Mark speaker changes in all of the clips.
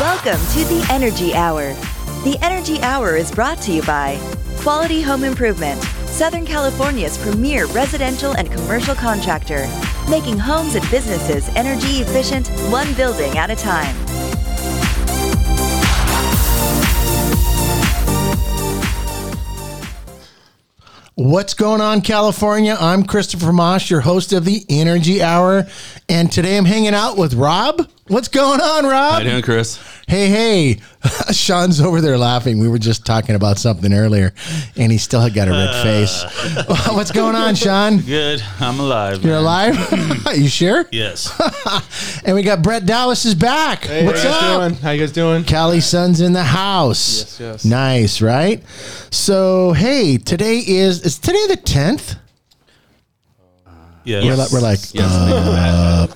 Speaker 1: Welcome to the Energy Hour. The Energy Hour is brought to you by Quality Home Improvement, Southern California's premier residential and commercial contractor, making homes and businesses energy efficient one building at a time.
Speaker 2: What's going on, California? I'm Christopher Mosh, your host of the Energy Hour, and today I'm hanging out with Rob. What's going on, Rob?
Speaker 3: How you doing, Chris?
Speaker 2: Hey, hey. Sean's over there laughing. We were just talking about something earlier, and he still had got a red
Speaker 3: Uh.
Speaker 2: face. What's going on, Sean?
Speaker 3: Good. I'm alive.
Speaker 2: You're alive? you sure?
Speaker 3: Yes.
Speaker 2: And we got Brett Dallas is back.
Speaker 4: Hey,
Speaker 2: What's
Speaker 4: how you
Speaker 2: up?
Speaker 4: guys doing? How you guys doing?
Speaker 2: Cali Sun's in the
Speaker 4: Yes,
Speaker 2: house.
Speaker 4: yes.
Speaker 2: Nice, right? So, hey, today is is today the tenth?
Speaker 3: yes.
Speaker 2: We're like, we're like uh,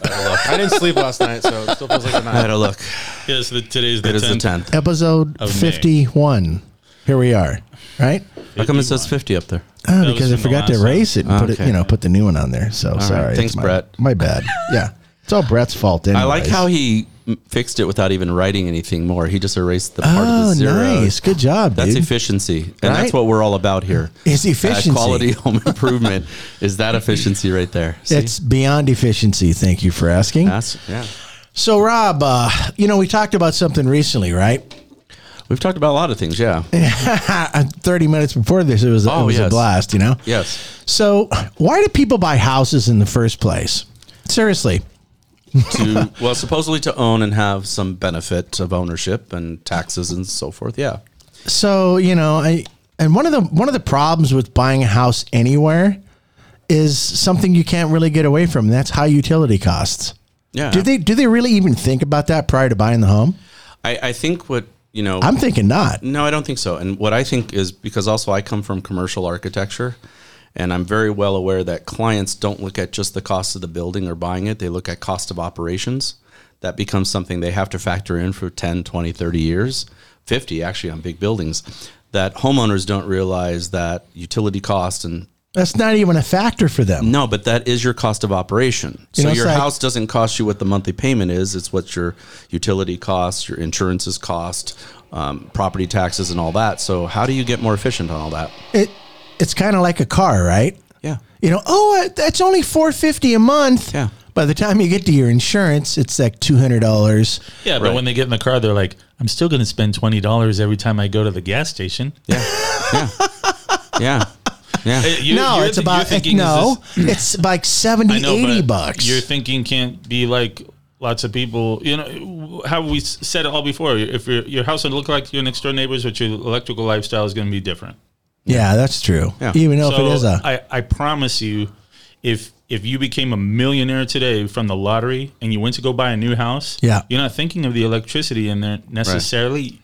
Speaker 4: I didn't sleep last night, so it still feels like a night.
Speaker 3: a look. Yes, the, today's the
Speaker 5: It is
Speaker 3: 10th.
Speaker 5: the tenth.
Speaker 2: episode
Speaker 3: Of May.
Speaker 2: fifty-one. Here we are, right?
Speaker 5: How come it says fifty up there?
Speaker 2: Oh,
Speaker 3: was
Speaker 2: because I
Speaker 3: from the
Speaker 2: forgot to
Speaker 3: last
Speaker 2: erase it and put it,
Speaker 5: Ah, Okay.
Speaker 2: you know, put the new one on there. So
Speaker 5: right.
Speaker 2: sorry.
Speaker 5: Thanks,
Speaker 2: It's my,
Speaker 5: Brett.
Speaker 2: My bad. Yeah, it's all Brett's fault. Anyways.
Speaker 5: I like how he m- fixed it without even writing anything more. He just erased the part of
Speaker 2: Oh,
Speaker 5: the zero.
Speaker 2: nice. Good job,
Speaker 5: That's
Speaker 2: dude.
Speaker 5: efficiency, and
Speaker 2: Right?
Speaker 5: that's what we're all about here.
Speaker 2: It's efficiency.
Speaker 5: quality home improvement is that efficiency right there. See?
Speaker 2: It's beyond efficiency. Thank you for asking.
Speaker 5: That's- yeah.
Speaker 2: So, Rob, uh, you know, we talked about something recently, right?
Speaker 5: We've talked about a lot of things. Yeah.
Speaker 2: Thirty minutes before this, it was it
Speaker 5: Oh,
Speaker 2: was a
Speaker 5: yes.
Speaker 2: blast. You know.
Speaker 5: Yes.
Speaker 2: So, why do people buy houses in the first place? Seriously.
Speaker 5: To well, supposedly to own and have some benefit of ownership and taxes and so forth. Yeah.
Speaker 2: So you know, I and one of the one of the problems with buying a house anywhere is something you can't really get away from. and That's high utility costs.
Speaker 5: Yeah.
Speaker 2: Do they do they really even think about that prior to buying the home?
Speaker 5: I, I think what you know.
Speaker 2: I'm thinking not.
Speaker 5: No, I don't think so. And what I think is because also I come from commercial architecture and I'm very well aware that clients don't look at just the cost of the building or buying it, they look at cost of operations. That becomes something they have to factor in for 10, 20, 30 years, 50 actually on big buildings that homeowners don't realize that utility costs and
Speaker 2: That's not even a factor for them.
Speaker 5: no, but that is your cost of operation.
Speaker 2: You
Speaker 5: So
Speaker 2: know, it's
Speaker 5: your
Speaker 2: like-
Speaker 5: house doesn't cost you what the monthly payment is. It's what your utility costs, your insurances cost, um, property taxes, and all that. So how do you get more efficient on all that?
Speaker 2: It it's kind of like a car, right?
Speaker 5: Yeah,
Speaker 2: You know, oh, uh, that's only four fifty a month.
Speaker 5: Yeah.
Speaker 2: By the time you get to your insurance, it's like two hundred dollars.
Speaker 3: Yeah, but
Speaker 5: Right.
Speaker 3: when they get in the car, they're like, I'm still going to spend $20 every time I go to the gas station.
Speaker 5: yeah, yeah, yeah, yeah.
Speaker 3: Hey, you-
Speaker 2: No,
Speaker 3: you're
Speaker 2: it's
Speaker 3: th- you're
Speaker 2: about
Speaker 3: thinking, is
Speaker 2: no,
Speaker 3: this-
Speaker 2: it's like 70,
Speaker 3: I know,
Speaker 2: 80
Speaker 3: but
Speaker 2: bucks.
Speaker 3: Your thinking can't be like lots of people. You know, how we s- said it all before. If your your house would look like your next door neighbors, but your electrical lifestyle is going to be different.
Speaker 2: yeah, that's true.
Speaker 5: Yeah.
Speaker 2: Even though if it is a
Speaker 3: I, I promise you, if if you became a millionaire today from the lottery and you went to go buy a new house,
Speaker 2: Yeah.
Speaker 3: you're not thinking of the electricity in there necessarily.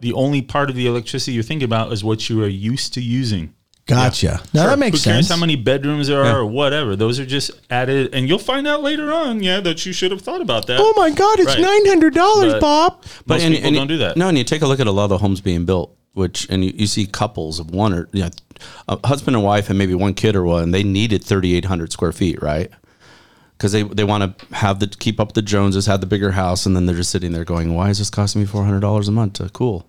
Speaker 3: The only part of the electricity you're thinking about is what you are used to using.
Speaker 2: Gotcha. Now that makes
Speaker 3: Who cares
Speaker 2: sense.
Speaker 3: how many bedrooms there are or whatever? Those are just added, and you'll find out later on, yeah, that you should have thought about that.
Speaker 2: oh my God, it's
Speaker 3: Right.
Speaker 2: nine hundred dollars,
Speaker 3: But-
Speaker 2: Bob.
Speaker 3: Most
Speaker 5: and-
Speaker 3: people
Speaker 5: and-
Speaker 3: don't do that.
Speaker 5: No, and you take a look at a lot of the homes being built, which and you, you see couples of one or you know, a husband and wife and maybe one kid or one. They needed thirty eight hundred square feet, right? Because they, they want to have the keep up the Joneses, have the bigger house, and then they're just sitting there going, "Why is this costing me four hundred dollars a month to cool?"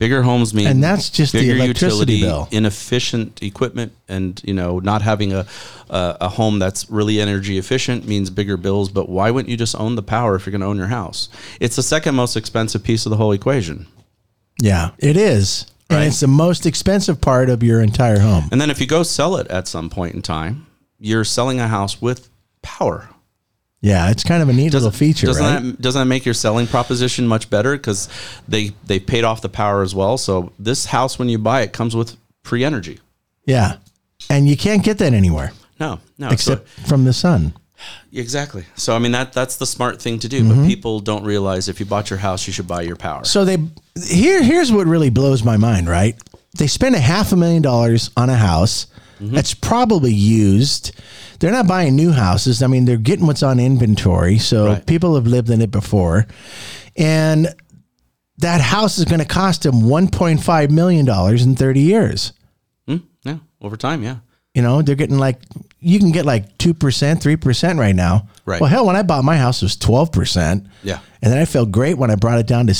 Speaker 5: Bigger homes mean
Speaker 2: And that's just the
Speaker 5: bigger
Speaker 2: electricity bill.
Speaker 5: Inefficient equipment, and you know, not having a a a home that's really energy efficient means bigger bills. But why wouldn't you just own the power if you're going to own your house? It's the second most expensive piece of the whole equation.
Speaker 2: Yeah, it is. And it's the most expensive part of your entire home.
Speaker 5: And then if you go sell it at some point in time, you're selling a house with power.
Speaker 2: Yeah, it's kind of a neat little feature,
Speaker 5: doesn't
Speaker 2: right?
Speaker 5: that doesn't that make your selling proposition much better because they they paid off the power as well. So this house, when you buy it, comes with free energy.
Speaker 2: yeah. And you can't get that anywhere
Speaker 5: No, no,
Speaker 2: except
Speaker 5: so-
Speaker 2: from the sun.
Speaker 5: exactly. So I mean that that's the smart thing to do, but people don't realize if you bought your house, you should buy your power.
Speaker 2: Mm-hmm. So they here here's what really blows my mind, right? They spend a half a million dollars on a house
Speaker 5: Mm-hmm.
Speaker 2: that's probably used. They're not buying new houses. I mean, they're getting what's on inventory. So
Speaker 5: Right.
Speaker 2: people have lived in it before. And that house is going to cost them 1.5 million dollars in 30 years.
Speaker 5: Hmm? yeah, over time, yeah.
Speaker 2: You know, they're getting like you can get like 2%, 3% right now.
Speaker 5: Right.
Speaker 2: Well, hell, when I bought my house it was 12%.
Speaker 5: Yeah.
Speaker 2: And then I felt great when I brought it down to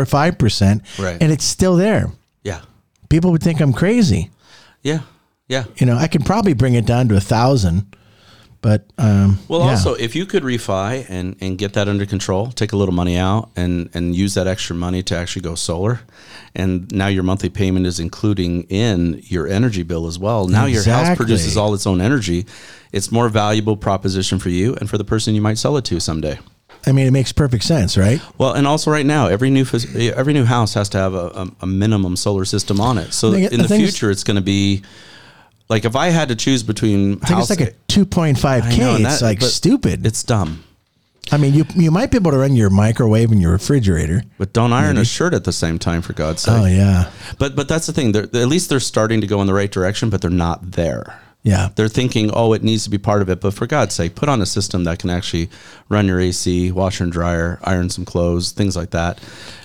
Speaker 2: 6.45%.
Speaker 5: Right.
Speaker 2: And it's still there.
Speaker 5: Yeah.
Speaker 2: People would think I'm crazy.
Speaker 5: Yeah. Yeah.
Speaker 2: You know, I can probably bring it down to a thousand, but um,
Speaker 5: Well,
Speaker 2: yeah.
Speaker 5: also, if you could refi and, and get that under control, take a little money out and, and use that extra money to actually go solar, and now your monthly payment is including in your energy bill as well. Now your house
Speaker 2: Exactly.
Speaker 5: produces all its own energy. It's more valuable proposition for you and for the person you might sell it to someday.
Speaker 2: I mean, it makes perfect sense, right?
Speaker 5: Well, and also right now, every new phys- every new house has to have a, a, a minimum solar system on it. So
Speaker 2: I think-
Speaker 5: in
Speaker 2: I
Speaker 5: the
Speaker 2: think it's-
Speaker 5: future, it's going to be like if I had to choose between
Speaker 2: I think it's like a two point five
Speaker 5: I know,
Speaker 2: k.
Speaker 5: and
Speaker 2: It's
Speaker 5: that-
Speaker 2: like
Speaker 5: but
Speaker 2: stupid.
Speaker 5: It's dumb.
Speaker 2: I mean, you you might be able to run your microwave and your refrigerator.
Speaker 5: But don't iron a shirt at the same time, for God's sake.
Speaker 2: Oh yeah,
Speaker 5: But but that's the thing. They're, at least they're starting to go in the right direction, but they're not there.
Speaker 2: yeah.
Speaker 5: They're thinking, oh, it needs to be part of it. But for God's sake, put on a system that can actually run your AC, washer and dryer, iron some clothes, things like that.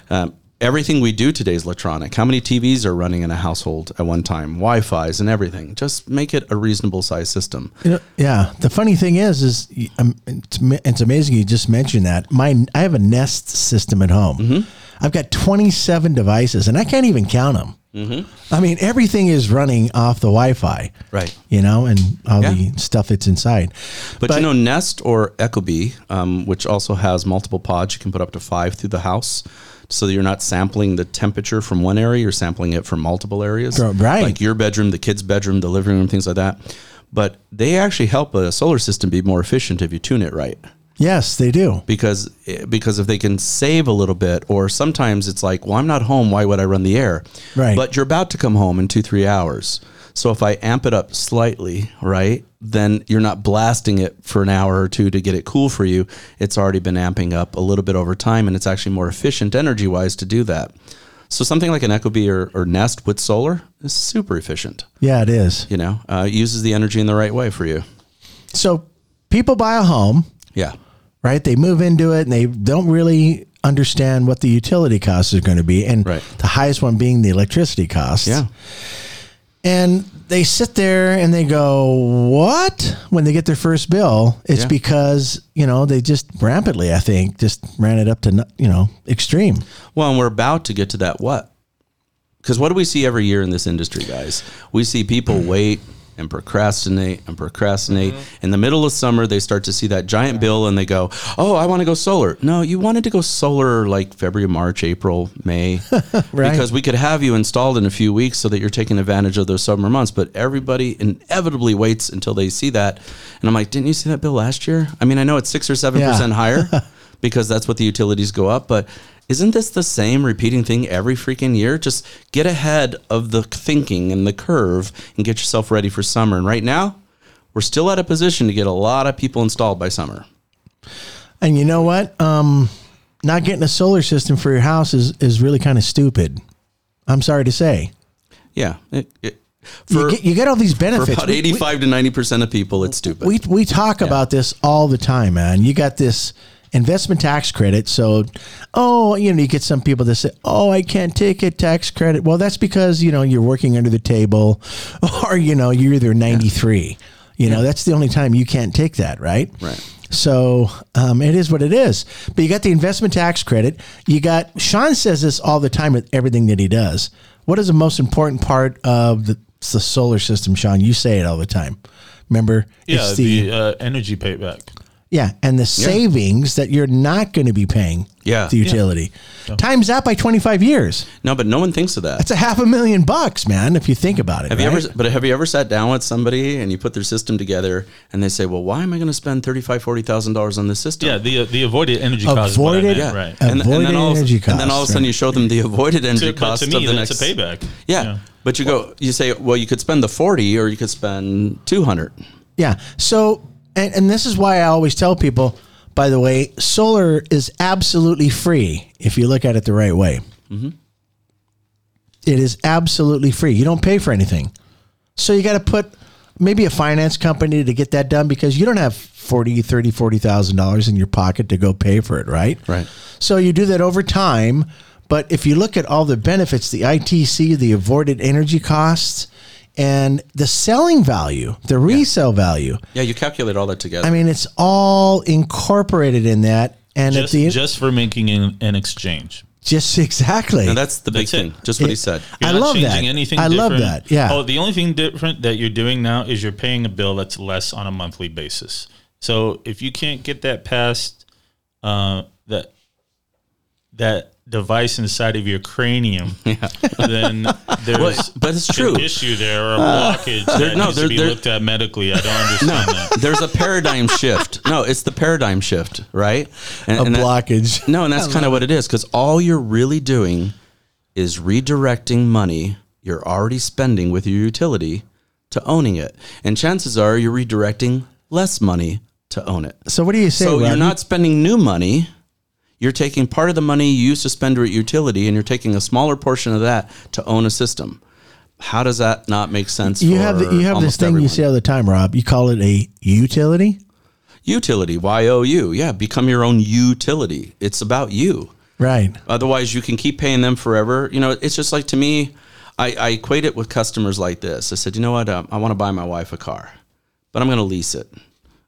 Speaker 5: Um, everything we do today is electronic. How many TVs are running in a household at one time? Wi-Fi's and everything. Just make it a reasonable size system.
Speaker 2: You know, yeah. The funny thing is, is y- um, it's, ma- it's amazing you just mentioned that. My I have a Nest system at home.
Speaker 5: Mm-hmm.
Speaker 2: I've got 27 devices, and I can't even count them. I mean, everything is running off the Wi-Fi,
Speaker 5: Mm-hmm. Right.
Speaker 2: You know, and all
Speaker 5: Yeah.
Speaker 2: the stuff that's inside.
Speaker 5: But, you know, Nest or Ecobee, um, which also has multiple pods, you can put up to five through the house, so that you're not sampling the temperature from one area, you're sampling it from multiple areas,
Speaker 2: Gr- right.
Speaker 5: Like your bedroom, the kid's bedroom, the living room, things like that. But they actually help a solar system be more efficient if you tune it right
Speaker 2: yes, they do.
Speaker 5: because because if they can save a little bit, or sometimes it's like, well, I'm not home. Why would I run the air?
Speaker 2: Right.
Speaker 5: But you're about to come home in two three hours. So if I amp it up slightly, right, then you're not blasting it for an hour or two to get it cool for you. It's already been amping up a little bit over time, and it's actually more efficient energy wise to do that. So something like an Ecobee or, or Nest with solar is super efficient.
Speaker 2: Yeah, it is.
Speaker 5: You know, uh, it uses the energy in the right way for you.
Speaker 2: So people buy a home,
Speaker 5: Yeah.
Speaker 2: right? They move into it, and they don't really understand what the utility costs are going to be, and
Speaker 5: Right.
Speaker 2: the highest one being the electricity costs.
Speaker 5: Yeah.
Speaker 2: And they sit there and they go, What? When they get their first bill, it's
Speaker 5: Yeah.
Speaker 2: because, you know, they just rampantly, I think, just ran it up to, no- you know, extreme.
Speaker 5: Well, and we're about to get to that what? Because what do we see every year in this industry, guys? We see people wait and procrastinate and procrastinate. In the middle of summer, they start to see that giant bill and they go, Oh, I want to go solar. No, you wanted to go solar like February, March, April, May.
Speaker 2: Right.
Speaker 5: Because we could have you installed in a few weeks so that you're taking advantage of those summer months. But everybody inevitably waits until they see that. And I'm like, Didn't you see that bill last year? I mean, I know it's six or seven percent
Speaker 2: Yeah.
Speaker 5: higher because that's what the utilities go up. But isn't this the same repeating thing every freaking year? Just get ahead of the thinking and the curve and get yourself ready for summer. And right now, we're still at a position to get a lot of people installed by summer.
Speaker 2: And you know what? Um, not getting a solar system for your house is, is really kind of stupid. I'm sorry to say.
Speaker 5: Yeah. It, it,
Speaker 2: you,
Speaker 5: for,
Speaker 2: get, you get all these
Speaker 5: for
Speaker 2: benefits.
Speaker 5: about
Speaker 2: We- we-
Speaker 5: 85 to 90% of people, it's stupid.
Speaker 2: we we talk about this all the time, man. You got this investment tax credit, so oh, you know, you get some people that say, "Oh, I can't take a tax credit." Well, that's because you know you're working under the table, or you know you're either ninety three. You know, that's the only time you can't take that, right?
Speaker 5: Right.
Speaker 2: So um, it is what it is. But you got the investment tax credit. You got Sean says this all the time with everything that he does. What is the most important part of the, it's the solar system, Sean? You say it all the time. Remember,
Speaker 3: Yeah, the, uh, energy payback.
Speaker 2: yeah, and the savings that you're not going to be paying
Speaker 5: Yeah.
Speaker 2: the utility times that by 25 years.
Speaker 5: No, but no one thinks of that.
Speaker 2: That's a half a million bucks, man, if you think about it.
Speaker 5: Have you
Speaker 2: right?
Speaker 5: ever? But have you ever sat down with somebody and you put their system together and they say, "Well, why am I going to spend thirty-five, forty thousand dollars on this system?"
Speaker 3: Yeah, the uh, the avoided energy cost. is what I
Speaker 2: Avoided-
Speaker 3: meant,
Speaker 5: yeah,
Speaker 3: right.
Speaker 2: Uh,
Speaker 5: And, and
Speaker 2: Avoided
Speaker 5: then all of,
Speaker 2: energy
Speaker 5: and then all of a
Speaker 2: costs,
Speaker 5: sudden
Speaker 2: right.
Speaker 5: you show them the avoided energy
Speaker 3: To, but
Speaker 5: cost
Speaker 3: to me,
Speaker 5: of the
Speaker 3: that's
Speaker 5: next
Speaker 3: a payback.
Speaker 5: Yeah. But you go, you say, well, you could spend the 40 or you could spend 200.
Speaker 2: Yeah. So, and, and this is why I always tell people, by the way, solar is absolutely free if you look at it the right way. It is absolutely free. You don't pay for anything. So you got to put maybe a finance company to get that done because you don't have 40, 30, 40,000 dollars in your pocket to go pay for it, right?
Speaker 5: Right.
Speaker 2: So you do that over time, but if you look at all the benefits, the ITC, the avoided energy costs, and the selling value, the resale value,
Speaker 5: Yeah. You calculate all that together.
Speaker 2: I mean, it's all incorporated in that. And
Speaker 3: Just,
Speaker 2: at the just,
Speaker 3: just for making an, an exchange.
Speaker 2: exactly.
Speaker 5: and that's the big
Speaker 3: That's it.
Speaker 5: thing. Just what he
Speaker 2: It-
Speaker 5: said.
Speaker 2: I
Speaker 3: not
Speaker 2: love
Speaker 3: changing
Speaker 2: that.
Speaker 3: Anything
Speaker 2: I love
Speaker 3: different.
Speaker 2: that. Yeah.
Speaker 3: Oh, the only thing different that you're doing now is you're paying a bill that's less on a monthly basis. So if you can't get that past uh, that that device inside of your cranium, then there's
Speaker 5: Well, but it's true.
Speaker 3: an issue there or a
Speaker 2: Uh,
Speaker 3: blockage that
Speaker 5: no,
Speaker 3: needs
Speaker 5: there-
Speaker 3: to be
Speaker 5: there-
Speaker 3: looked at medically. I don't understand that.
Speaker 5: There's a paradigm shift. No, it's the paradigm shift, right? And,
Speaker 2: a
Speaker 5: and that-
Speaker 2: blockage.
Speaker 5: no, and that's kind of what it is because all you're really doing is redirecting money you're already spending with your utility to owning it. And chances are you're redirecting less money to own it.
Speaker 2: so what do you say?
Speaker 5: So you're
Speaker 2: Rodney?
Speaker 5: not spending new money. You're taking part of the money you used to spend at utility, and you're taking a smaller portion of that to own a system. How does that not make sense?
Speaker 2: You
Speaker 5: for
Speaker 2: have the, you have this
Speaker 5: almost
Speaker 2: thing you
Speaker 5: everyone?
Speaker 2: say all the time, Rob. You call it a utility,
Speaker 5: utility. Y O U. Yeah, become your own utility. It's about you.
Speaker 2: right?
Speaker 5: Otherwise, you can keep paying them forever. You know, it's just like to me, I, I equate it with customers like this. I said, you know what? Um, I want to buy my wife a car, but I'm going to lease it.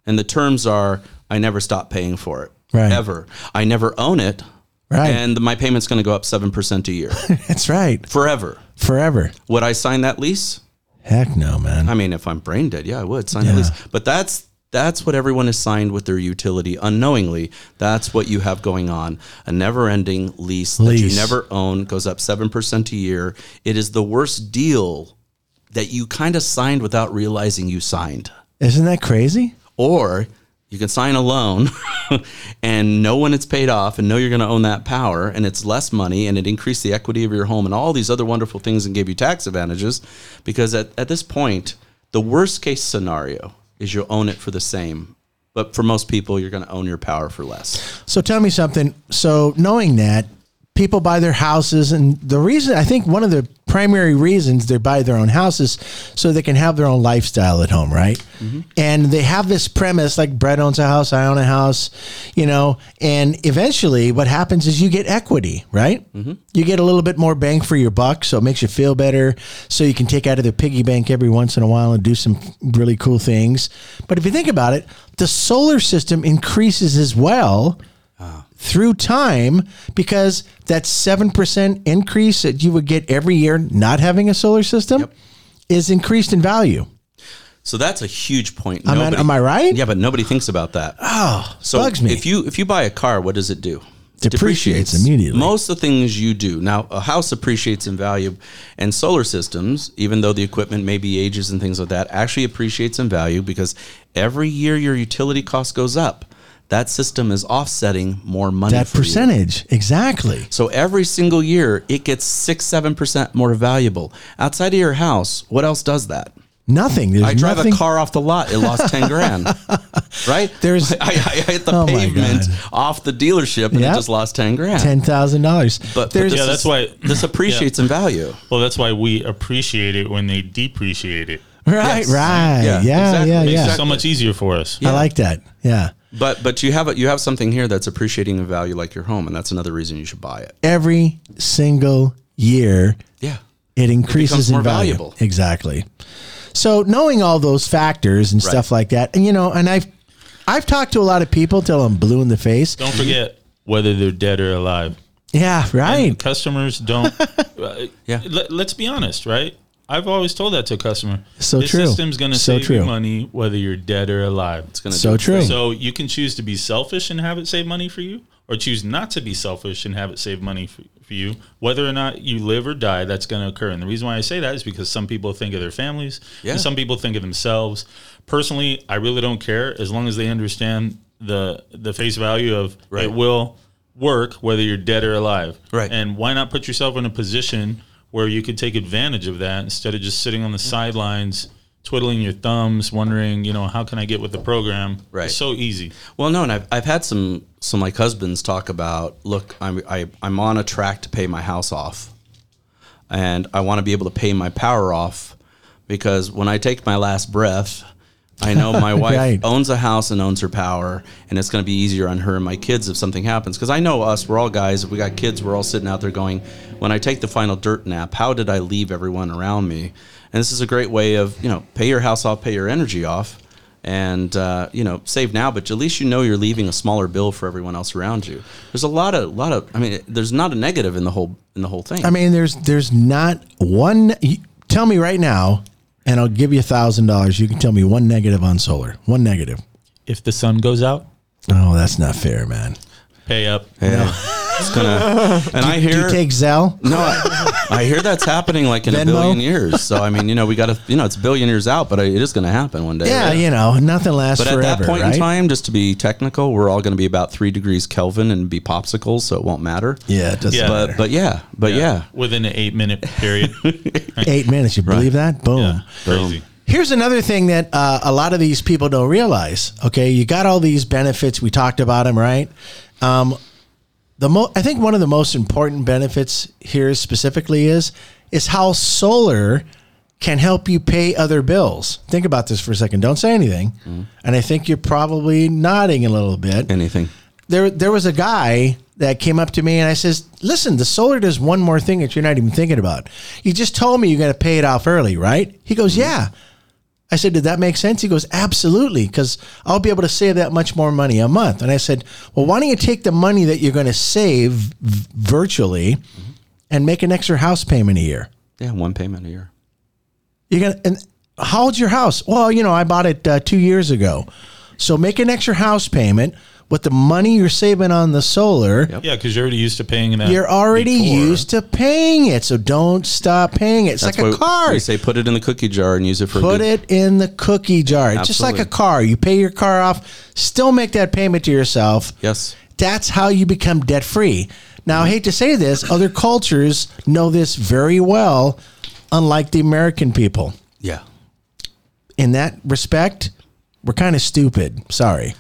Speaker 5: And the terms are I never stop paying for it,
Speaker 2: Right.
Speaker 5: ever. I never own it.
Speaker 2: Right.
Speaker 5: And my payment's going to go up 7% a year
Speaker 2: That's right.
Speaker 5: forever.
Speaker 2: Forever.
Speaker 5: Would I sign that lease?
Speaker 2: Heck no, man.
Speaker 5: I mean, if I'm brain dead, yeah, I would sign the
Speaker 2: Yeah.
Speaker 5: lease. But that's that's what everyone has signed with their utility unknowingly. That's what you have going on. A never-ending lease, that you
Speaker 2: Lease.
Speaker 5: never own goes up seven percent a year. It is the worst deal that you kind of signed without realizing you signed.
Speaker 2: Isn't that crazy?
Speaker 5: Or you can sign a loan and know when it's paid off and know you're going to own that power and it's less money and it increased the equity of your home and all these other wonderful things and gave you tax advantages. Because at, at this point, the worst case scenario is you'll own it for the same. But for most people, you're going to own your power for less.
Speaker 2: So tell me something. So knowing that people buy their houses, and the reason I think one of the primary reasons they buy their own houses so they can have their own lifestyle at home, right? And they have this premise like Brett owns a house, I own a house, you know. And eventually, what happens is you get equity, right? You get a little bit more bang for your buck, so it makes you feel better. So you can take out of the piggy bank every once in a while and do some really cool things. But if you think about it, the solar system increases as well through time because that 7% increase that you would get every year not having a solar system is increased in value.
Speaker 5: So that's a huge point.
Speaker 2: Am I- am I right?
Speaker 5: Yeah, but nobody thinks about that.
Speaker 2: Oh,
Speaker 5: So
Speaker 2: bugs me.
Speaker 5: If you if you buy a car, what does it do?
Speaker 2: Depreciates immediately.
Speaker 5: Most of the things you do now, a house appreciates in value, and solar systems, even though the equipment may be ages and things like that, actually appreciates in value because every year your utility cost goes up. That system is offsetting more money.
Speaker 2: that
Speaker 5: for you.
Speaker 2: percentage, exactly.
Speaker 5: So every single year, it gets six, seven percent more valuable. Outside of your house, what else does that?
Speaker 2: Nothing. There's
Speaker 5: I drive
Speaker 2: nothing.
Speaker 5: a car off the lot. It lost ten grand, right?
Speaker 2: There's-
Speaker 5: I, I, I hit the
Speaker 2: Oh my
Speaker 5: pavement
Speaker 2: God.
Speaker 5: off the dealership and
Speaker 2: Yep.
Speaker 5: it just lost ten grand.
Speaker 2: $10,000.
Speaker 5: but, but
Speaker 2: there's
Speaker 5: this
Speaker 3: Yeah, that's why-
Speaker 5: this appreciates in value.
Speaker 3: Well, that's why we appreciate it when they depreciate it.
Speaker 2: right,
Speaker 5: Yes.
Speaker 2: right.
Speaker 5: Yeah,
Speaker 2: Yeah, yeah,
Speaker 5: exactly.
Speaker 2: yeah.
Speaker 3: Makes it so much easier for us.
Speaker 2: I like that. Yeah.
Speaker 5: But but you have a, you have something here that's appreciating in value like your home, and that's another reason you should buy it.
Speaker 2: Every single year
Speaker 5: Yeah.
Speaker 2: it increases
Speaker 5: more
Speaker 2: in value.
Speaker 5: valuable.
Speaker 2: Exactly. So knowing all those factors and stuff like that, and you know, and I've I've talked to a lot of people till I'm blue in the face.
Speaker 3: Don't forget whether they're dead or alive.
Speaker 2: Yeah,
Speaker 3: And
Speaker 2: right.
Speaker 3: customers don't.
Speaker 5: Yeah.
Speaker 3: Let, us be honest, right? I've always told that to a customer.
Speaker 2: So
Speaker 3: this
Speaker 2: true.
Speaker 3: system's going to
Speaker 2: So
Speaker 3: save
Speaker 2: true.
Speaker 3: you money whether you're dead or alive.
Speaker 5: It's gonna
Speaker 2: So
Speaker 5: do
Speaker 2: true.
Speaker 3: So you can choose to be selfish and have it save money for you, or choose not to be selfish and have it save money for, for you. Whether or not you live or die, that's going to occur. And the reason why I say that is because some people think of their families,
Speaker 5: Yeah.
Speaker 3: and some people think of themselves. Personally, I really don't care as long as they understand the the face value of
Speaker 5: Right.
Speaker 3: it will work whether you're dead or alive.
Speaker 5: Right.
Speaker 3: And why not put yourself in a position where you could take advantage of that instead of just sitting on
Speaker 5: Mm-hmm.
Speaker 3: the sidelines twiddling your thumbs wondering you know how can i get with the program
Speaker 5: Right.
Speaker 3: It's so easy
Speaker 5: Well, no, and I've, I've had some some like husbands talk about. Look, I'm I, I'm on a track to pay my house off, and I want to be able to pay my power off because when I take my last breath, I know my wife
Speaker 2: Right.
Speaker 5: owns a house and owns her power, and it's going to be easier on her and my kids if something happens. Because I know us, we're all guys. If we got kids, we're all sitting out there going, when I take the final dirt nap, how did I leave everyone around me? And this is a great way of you know pay your house off, pay your energy off and uh, you know save now but at least you know you're leaving a smaller bill for everyone else around you there's a lot of lot of i mean there's not a negative in the whole in the whole thing
Speaker 2: I mean, there's there's not one. You, tell me right now, and I'll give you a thousand dollars. You can tell me one negative on solar. One negative.
Speaker 3: if the sun goes out
Speaker 2: Oh, that's not fair, man.
Speaker 3: pay up
Speaker 5: Yeah. it's gonna and i
Speaker 2: Do
Speaker 5: hear
Speaker 2: you take Zell?
Speaker 5: no I, I hear that's happening like in
Speaker 2: Venmo?
Speaker 5: a billion years so i mean you know we gotta you know it's a billion years out but it is gonna happen one day
Speaker 2: Yeah, you know, nothing lasts
Speaker 5: but
Speaker 2: forever.
Speaker 5: at that point
Speaker 2: right?
Speaker 5: in time just to be technical we're all gonna be about three degrees kelvin and be popsicles so it won't matter
Speaker 2: yeah, it doesn't
Speaker 3: Yeah.
Speaker 2: matter.
Speaker 5: but but yeah but yeah,
Speaker 3: within an eight minute period
Speaker 2: Eight minutes, you believe that? Boom.
Speaker 3: yeah crazy
Speaker 2: Here's another thing that uh, a lot of these people don't realize. Okay, you got all these benefits. We talked about them, right? Um, the mo- I think one of the most important benefits here specifically is is how solar can help you pay other bills. Think about this for a second. Don't say anything. And I think you're probably nodding a little bit
Speaker 5: anything
Speaker 2: there there was a guy that came up to me and I says, "Listen, the solar does one more thing that you're not even thinking about. You just told me you're going to pay it off early, right?" He goes, "Yeah." I said, "Did that make sense?" He goes, "Absolutely, because I'll be able to save that much more money a month." And I said, "Well, why don't you take the money that you're going to save v- virtually and make an extra house payment a year?"
Speaker 5: yeah one payment a year
Speaker 2: You're gonna and how old's your house? Well, you know, I bought it uh, two years ago, so make an extra house payment with the money you're saving on the solar.
Speaker 3: yeah because you're already used to paying that
Speaker 2: You're already
Speaker 3: before.
Speaker 2: used to paying it, so don't stop paying it. It's like a car.
Speaker 5: we say put it in the cookie jar and use it for a
Speaker 2: Put
Speaker 5: good-
Speaker 2: it in the cookie jar. It's just like a
Speaker 5: Absolutely.
Speaker 2: car. You pay your car off, still make that payment to yourself.
Speaker 5: yes
Speaker 2: That's how you become debt free. Now, I hate to say this, other cultures know this very well, unlike the American people.
Speaker 5: yeah
Speaker 2: in that respect, we're kind of stupid. Sorry.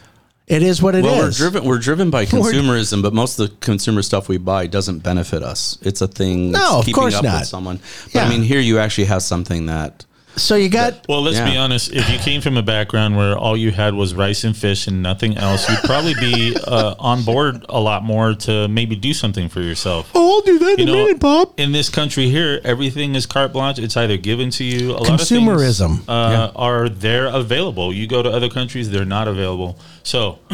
Speaker 2: It is what it is.
Speaker 5: well, we're driven. We're driven by
Speaker 2: We're-
Speaker 5: consumerism, but most of the consumer stuff we buy doesn't benefit us. It's a thing. that's
Speaker 2: No, of
Speaker 5: keeping
Speaker 2: course
Speaker 5: up
Speaker 2: not.
Speaker 5: With someone, but
Speaker 2: Yeah.
Speaker 5: I mean, here you actually have something that
Speaker 2: So you got
Speaker 3: well let's be
Speaker 5: Yeah.
Speaker 3: honest if you came from a background where all you had was rice and fish and nothing else you'd probably be uh, on board a lot more to maybe do something for yourself
Speaker 2: Oh, I'll do that in
Speaker 3: You
Speaker 2: a
Speaker 3: know,
Speaker 2: minute, Bob.
Speaker 3: in this country here, everything is carte blanche. It's either given to you. A lot of things,
Speaker 2: Consumerism.
Speaker 3: uh, are there available. You go to other countries, they're not available. So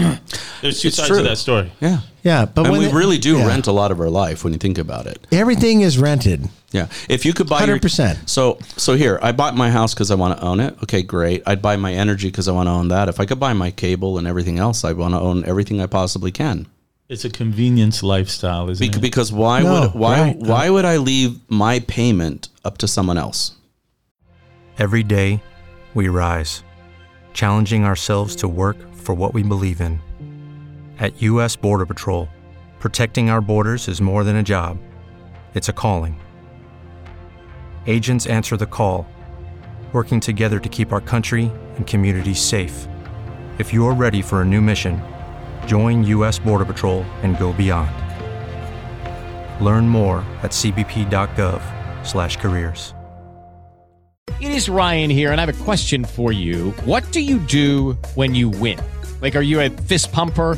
Speaker 3: there's two
Speaker 5: It's
Speaker 3: sides
Speaker 5: true.
Speaker 3: to that story.
Speaker 5: yeah,
Speaker 2: Yeah, but
Speaker 5: and
Speaker 2: when
Speaker 5: we
Speaker 2: it-
Speaker 5: really do
Speaker 2: yeah.
Speaker 5: rent a lot of our life when you think about it.
Speaker 2: Everything is rented.
Speaker 5: Yeah, if you could buy your-
Speaker 2: 100%.
Speaker 5: So so here, I bought my house because I want to own it. Okay, great. I'd buy my energy because I want to own that. If I could buy my cable and everything else, I want to own everything I possibly can.
Speaker 3: It's a convenience lifestyle, isn't
Speaker 5: Bec-
Speaker 3: it?
Speaker 5: Because why
Speaker 2: No,
Speaker 5: would why
Speaker 2: right.
Speaker 5: why would I leave my payment up to someone else?
Speaker 6: Every day, we rise, challenging ourselves to work for what we believe in. At U.S. Border Patrol, protecting our borders is more than a job, it's a calling. Agents answer the call, working together to keep our country and communities safe. If you're ready for a new mission, join U.S. Border Patrol and go beyond. Learn more at cbp.gov/careers.
Speaker 7: It is Ryan here, and I have a question for you. What do you do when you win? Like, are you a fist pumper?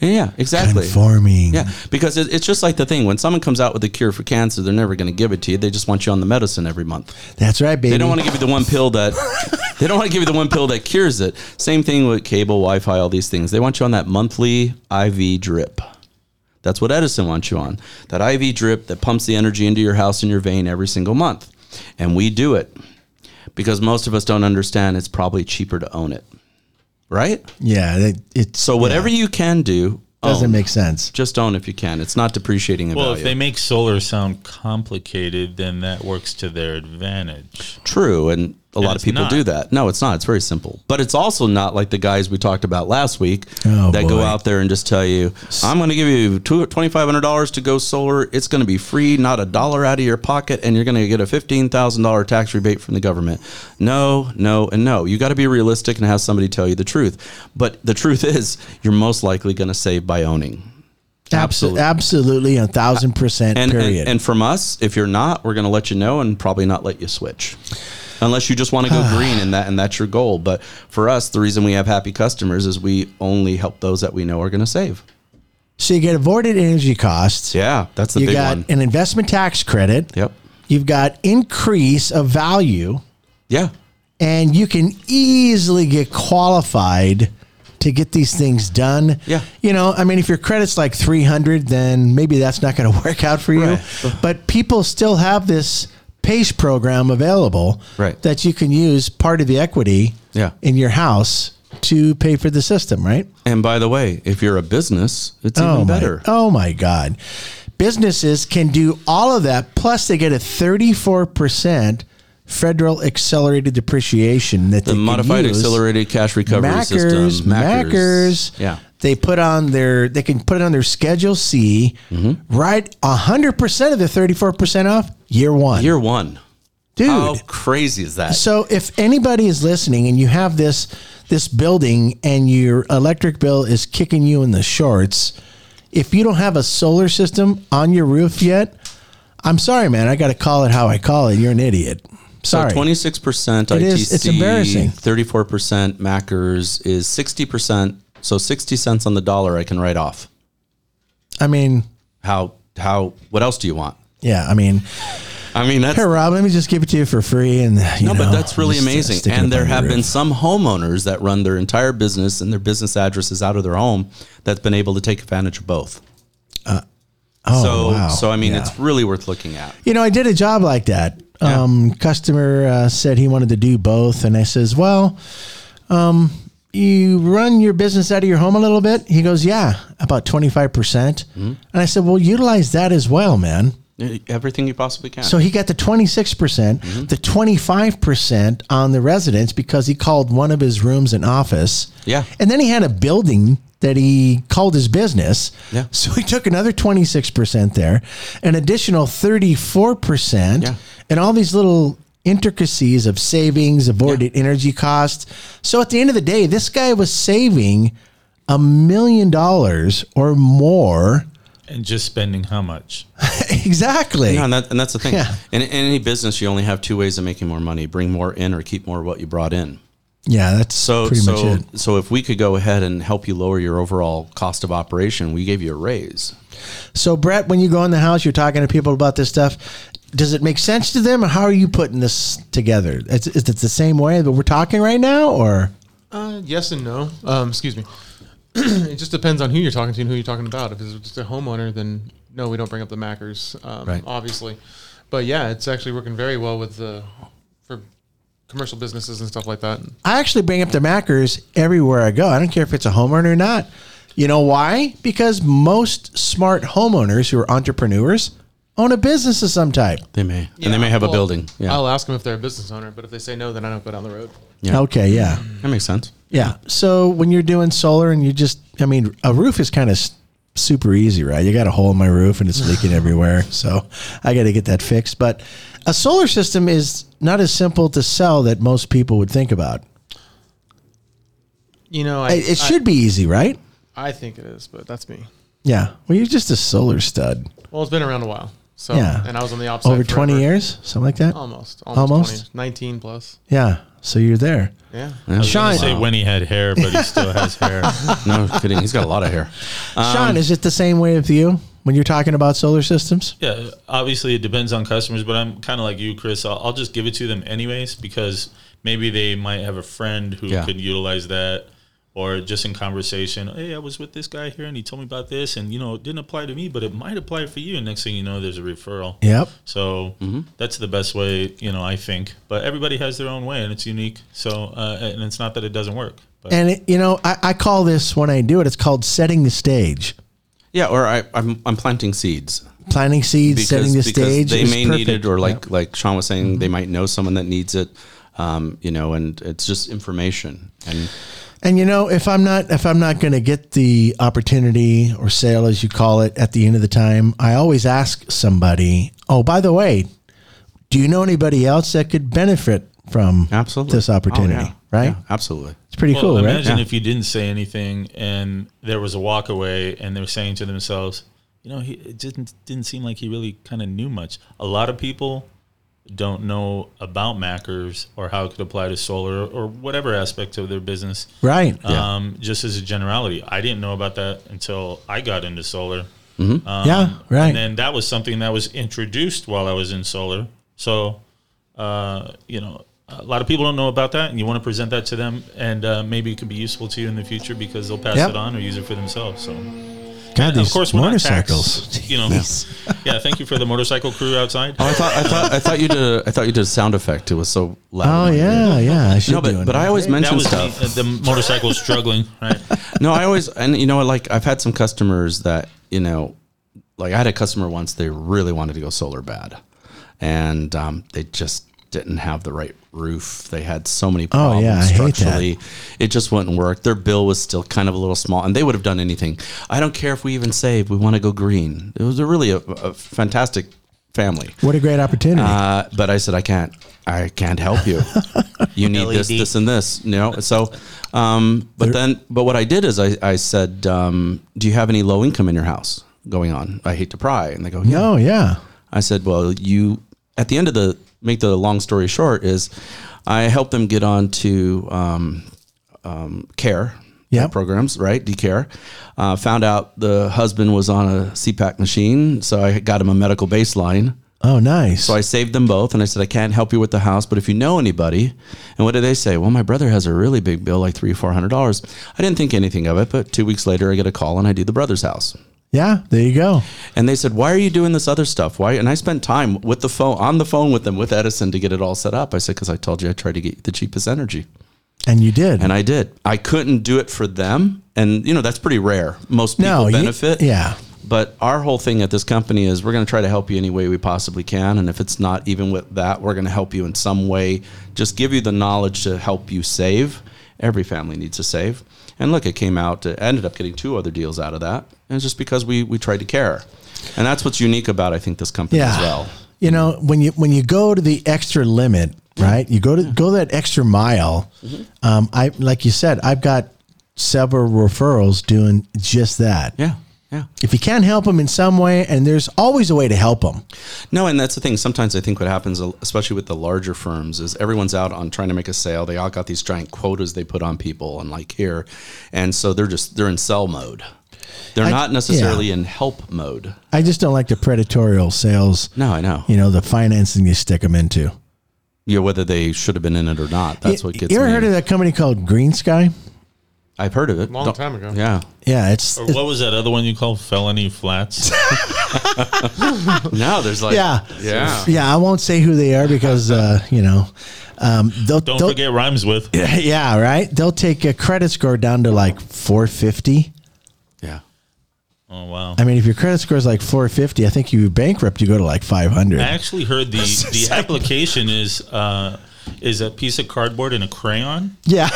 Speaker 5: Yeah, exactly.
Speaker 2: Conforming.
Speaker 5: Yeah, because it, it's just like the thing when someone comes out with a cure for cancer, they're never going to give it to you. They just want you on the medicine every month.
Speaker 2: That's right, baby.
Speaker 5: They don't want to give you the one pill that they don't want to give you the one pill that cures it. Same thing with cable, Wi-Fi, all these things. They want you on that monthly IV drip. That's what Edison wants you on. That IV drip that pumps the energy into your house and your vein every single month. And we do it because most of us don't understand it's probably cheaper to own it. Right?
Speaker 2: yeah, that, it's
Speaker 5: So whatever you can do
Speaker 2: doesn't
Speaker 5: own.
Speaker 2: make sense.
Speaker 5: Just own if you can. It's not depreciating in
Speaker 3: Well,
Speaker 5: value.
Speaker 3: if they make solar sound complicated, then that works to their advantage.
Speaker 5: True, and a lot of
Speaker 3: it's
Speaker 5: people
Speaker 3: not.
Speaker 5: do that. No, it's not. It's very simple. But it's also not like the guys we talked about last week
Speaker 2: Oh,
Speaker 5: that go
Speaker 2: boy.
Speaker 5: out there and just tell you, "I'm going to give you two- $2500 to go solar. It's going to be free, not a dollar out of your pocket, and you're going to get a $15,000 tax rebate from the government." No, no, and no. You got to be realistic and have somebody tell you the truth. But the truth is, you're most likely going to save by owning.
Speaker 2: Absolutely, absolutely, a thousand percent.
Speaker 5: Uh, and,
Speaker 2: period.
Speaker 5: And, and from us, if you're not, we're going to let you know and probably not let you switch, unless you just want to go green and that and that's your goal. But for us, the reason we have happy customers is we only help those that we know are going to save.
Speaker 2: so you get avoided energy costs.
Speaker 5: Yeah, that's the
Speaker 2: you
Speaker 5: big
Speaker 2: got
Speaker 5: one.
Speaker 2: an investment tax credit.
Speaker 5: Yep.
Speaker 2: You've got increase of value,
Speaker 5: Yeah.
Speaker 2: and you can easily get qualified to get these things done.
Speaker 5: Yeah.
Speaker 2: You know, I mean, if your credit's like 300, then maybe that's not going to work out for you.
Speaker 5: Right.
Speaker 2: But people still have this PACE program available
Speaker 5: Right.
Speaker 2: that you can use part of the equity
Speaker 5: Yeah.
Speaker 2: in your house to pay for the system, right?
Speaker 5: And by the way, if you're a business, it's even
Speaker 2: my,
Speaker 5: better.
Speaker 2: Oh my God. Businesses can do all of that, plus they get a 34% federal accelerated depreciation that
Speaker 5: the
Speaker 2: they can
Speaker 5: modified
Speaker 2: use.
Speaker 5: accelerated cash recovery
Speaker 2: Mackers,
Speaker 5: system.
Speaker 2: Mackers.
Speaker 5: Yeah.
Speaker 2: They put on their they can put it on their schedule C,
Speaker 5: Mm-hmm.
Speaker 2: right? hundred percent of the thirty four percent off year one.
Speaker 5: Year Oh. one.
Speaker 2: Dude.
Speaker 5: How crazy is that?
Speaker 2: So if anybody is listening and you have this this building and your electric bill is kicking you in the shorts, if you don't have a solar system on your roof yet, I'm sorry, man. I got to call it how I call it. You're an idiot. Sorry.
Speaker 5: So 26% ITC,
Speaker 2: It is- it's embarrassing.
Speaker 5: 34% Mackers is 60%. So 60 cents on the dollar I can write off.
Speaker 2: I mean,
Speaker 5: How, how, what else do you want?
Speaker 2: yeah. I mean,
Speaker 5: I mean, that's,
Speaker 2: here, Rob. Let me just give it to you for free, and you
Speaker 5: no,
Speaker 2: know,
Speaker 5: but that's really
Speaker 2: just, uh, stick
Speaker 5: amazing.
Speaker 2: it
Speaker 5: And
Speaker 2: up
Speaker 5: there
Speaker 2: on your
Speaker 5: have been
Speaker 2: roof.
Speaker 5: some homeowners that run their entire business and their business address is out of their home that's been able to take advantage of both.
Speaker 2: Oh,
Speaker 5: so,
Speaker 2: wow.
Speaker 5: so I mean,
Speaker 2: Yeah.
Speaker 5: it's really worth looking at.
Speaker 2: you know, I did a job like that. Um, customer uh, said he wanted to do both, and I says, "Well, um, you run your business out of your home a little bit." He goes, "Yeah, about twenty five percent."
Speaker 5: Mm-hmm.
Speaker 2: And I said, "Well, utilize that as well, man."
Speaker 5: E-, Everything you possibly can.
Speaker 2: So he got the twenty six percent,
Speaker 5: Mm-hmm.
Speaker 2: the twenty five percent on the residence because he called one of his rooms an office.
Speaker 5: Yeah.
Speaker 2: and then he had a building that he called his business.
Speaker 5: Yeah.
Speaker 2: so he took another twenty six percent there, an additional thirty four percent,
Speaker 5: Yeah.
Speaker 2: and all these little intricacies of savings, avoided energy costs. So at the end of the day, this guy was saving a million dollars or more.
Speaker 3: And just spending how much?
Speaker 2: exactly.
Speaker 5: No, and, that, and that's the thing.
Speaker 2: Yeah.
Speaker 5: In, in any business, you only have two ways of making more money: bring more in or keep more of what you brought in.
Speaker 2: yeah, that's
Speaker 5: So,
Speaker 2: pretty
Speaker 5: so,
Speaker 2: much it.
Speaker 5: so if we could go ahead and help you lower your overall cost of operation, we gave you a raise.
Speaker 2: So, Brett, when you go in the house, you're talking to people about this stuff. Does it make sense to them, or how are you putting this together? Is, is it the same way that we're talking right now, or
Speaker 4: Uh, yes and no. Um, excuse me. it just depends on who you're talking to and who you're talking about. If it's just a homeowner, then no, we don't bring up the Mackers, um,
Speaker 5: Right.
Speaker 4: obviously. But yeah, it's actually working very well with the for commercial businesses and stuff like that.
Speaker 2: I actually bring up the Mackers everywhere I go. I don't care if it's a homeowner or not. You know why? Because most smart homeowners who are entrepreneurs own a business of some type.
Speaker 5: They may, and they may have a
Speaker 4: Well,
Speaker 5: building. Yeah,
Speaker 4: I'll ask them if they're a business owner, but if they say no, then I don't go down the road.
Speaker 5: Yeah.
Speaker 2: Okay, yeah.
Speaker 5: that makes sense.
Speaker 2: Yeah. So when you're doing solar and you just, I mean, a roof is kind of super easy, right? You got a hole in my roof and it's leaking everywhere. So I got to get that fixed. But a solar system is not as simple to sell that most people would think about.
Speaker 4: You know, I,
Speaker 2: It, it should be easy, right?
Speaker 4: I, I think it is, but that's me.
Speaker 2: Yeah. Well, you're just a solar stud.
Speaker 4: Well, it's been around a while. So,
Speaker 2: Yeah.
Speaker 4: Oh, and I was on the opposite.
Speaker 2: Over 20
Speaker 4: forever.
Speaker 2: years, something like that.
Speaker 4: Almost.
Speaker 2: Almost?
Speaker 4: Almost. 20, 19 plus.
Speaker 2: Yeah. So you're there.
Speaker 4: Yeah.
Speaker 3: I
Speaker 5: Sean,
Speaker 3: say when he had hair, but he still has hair.
Speaker 5: no kidding. He's got a lot of hair.
Speaker 4: Um,
Speaker 2: Sean, is it the same way with you when you're talking about solar systems?
Speaker 3: Yeah, obviously it depends on customers, but I'm kind of like you, Chris. I'll, I'll just give it to them anyways because maybe they might have a friend who
Speaker 5: Yeah.
Speaker 3: could utilize that, or just in conversation. Hey, I was with this guy here, and he told me about this, and you know, it didn't apply to me, but it might apply for you. And next thing you know, there's a referral.
Speaker 2: Yep.
Speaker 3: So that's the best way, you know, I think. But everybody has their own way, and it's unique. So, uh, and it's not that it doesn't work. But
Speaker 2: And, it, you know, I, I call this when I do it, it's called setting the stage.
Speaker 5: Yeah, or I, I'm I'm planting seeds.
Speaker 2: Planting seeds, setting the stage.
Speaker 5: They
Speaker 2: is
Speaker 5: may need
Speaker 2: perfect. Mm-hmm.
Speaker 5: it, or like like Sean was saying, they might know someone that needs it. Um, you know, and it's just information. And
Speaker 2: And you know, if I'm not if I'm not going to get the opportunity or sale as you call it at the end of the time, I always ask somebody, "Oh, by the way, do you know anybody else that could benefit from
Speaker 5: absolutely
Speaker 2: this
Speaker 5: Oh,
Speaker 2: opportunity?"
Speaker 5: yeah.
Speaker 2: Right?
Speaker 5: Yeah, absolutely.
Speaker 2: It's pretty
Speaker 3: well,
Speaker 2: cool, right?
Speaker 3: imagine
Speaker 5: Yeah.
Speaker 3: if you didn't say anything and there was a walk away and they were saying to themselves, you know, he it didn't didn't seem like he really kind of knew much. A lot of people don't know about Mackers or how it could apply to solar or whatever aspect of their business.
Speaker 2: Right.
Speaker 5: Yeah.
Speaker 3: Um, just as a generality, I didn't know about that until I got into solar.
Speaker 2: yeah, right.
Speaker 3: And then that was something that was introduced while I was in solar. So, uh, you know, a lot of people don't know about that, and you want to present that to them, and uh, maybe it could be useful to you in the future because they'll pass
Speaker 2: Yep.
Speaker 3: it on or use it for themselves. So,
Speaker 2: God,
Speaker 3: And
Speaker 2: these
Speaker 3: of course, we're not tax,
Speaker 2: motorcycles.
Speaker 3: you know, yeah. Thank you for the motorcycle crew outside.
Speaker 5: Oh, I thought I thought I thought you did a, I thought you did a sound effect. It was so
Speaker 2: Oh
Speaker 5: loud.
Speaker 2: yeah, yeah. I should
Speaker 5: No,
Speaker 2: do
Speaker 5: but,
Speaker 2: it.
Speaker 5: but I always
Speaker 3: that
Speaker 5: mention
Speaker 3: was
Speaker 5: stuff.
Speaker 3: the, the motorcycle struggling, right?
Speaker 5: no, I always and you know what? Like I've had some customers that you know, like I had a customer once they really wanted to go solar bad, and um, they just didn't have the right roof. They had so many
Speaker 2: Oh,
Speaker 5: problems
Speaker 2: yeah, I hate that.
Speaker 5: structurally. It just wouldn't work. Their bill was still kind of a little small, and they would have done anything. I don't care if we even save. We want to go green. It was a really a, a fantastic family.
Speaker 2: what a great opportunity.
Speaker 5: Uh, but I said, I can't, I can't help you. You need this, this, and this. You know. So, um, but then, but what I did is I, I said, um, do you have any low income in your house going on? I hate to pry, and they go, yeah.
Speaker 2: oh yeah.
Speaker 5: I said, well, you. At the end of the make the long story short is, I helped them get on to um, um, care.
Speaker 2: Yep.
Speaker 5: programs, right? Decare. Uh, found out the husband was on a CPAC machine, so I got him a medical baseline.
Speaker 2: Oh nice.
Speaker 5: So I saved them both and I said, I can't help you with the house, but if you know anybody, and what did they say? Well, my brother has a really big bill, like three, four hundred dollars. I didn't think anything of it, but two weeks later I get a call and I do the brother's house.
Speaker 2: yeah, there you go.
Speaker 5: And they said, Why are you doing this other stuff? Why? And I spent time with the phone on the phone with them with Edison to get it all set up. I said, Because I told you I tried to get you the cheapest energy.
Speaker 2: And you did.
Speaker 5: And I did. I couldn't do it for them. And you know, that's pretty rare. Most people
Speaker 2: you-
Speaker 5: benefit.
Speaker 2: yeah.
Speaker 5: But our whole thing at this company is we're going to try to help you any way we possibly can. And if it's not even with that, we're going to help you in some way. Just give you the knowledge to help you save. Every family needs to save. And look, it came out, I ended up getting two other deals out of that. And it's just because we, we tried to care. And that's what's unique about, I think, this company as well.
Speaker 2: You know, when you when you go to the extra limit, right? You go to go that extra mile.
Speaker 5: Mm-hmm.
Speaker 2: Um, I like you said, I've got several referrals doing just that.
Speaker 5: Yeah. Yeah.
Speaker 2: If you can't help them in some way, and there's always a way to help them.
Speaker 5: No, and that's the thing. Sometimes I think what happens, uh, especially with the larger firms, is everyone's out on trying to make a sale. They all got these giant quotas they put on people, and like here, and so they're just they're in sell mode. They're
Speaker 2: I-
Speaker 5: not necessarily in help mode.
Speaker 2: I just don't like the predatorial sales.
Speaker 5: No, I know.
Speaker 2: You know, the financing you stick them into.
Speaker 5: Yeah, whether they should have been in it or not, that's what gets.
Speaker 2: You ever
Speaker 5: me.
Speaker 2: heard of that company called Green Sky?
Speaker 5: I've heard of it
Speaker 4: Long
Speaker 5: Don't-
Speaker 4: time ago.
Speaker 5: Yeah,
Speaker 2: Yeah, it's
Speaker 3: Or what was that other one you called felony flats?
Speaker 5: no, there's like
Speaker 2: yeah,
Speaker 5: yeah.
Speaker 2: yeah. I won't say who they are because uh, you know um, they'll,
Speaker 3: Don't
Speaker 2: they'll-
Speaker 3: forget it rhymes with.
Speaker 2: yeah, right. They'll take a credit score down to like 450.
Speaker 5: yeah.
Speaker 3: Oh wow.
Speaker 2: I mean, if your credit score is like 450, I think you bankrupt, you go to like 500.
Speaker 3: I actually heard the the application is uh, is a piece of cardboard and a crayon.
Speaker 2: yeah.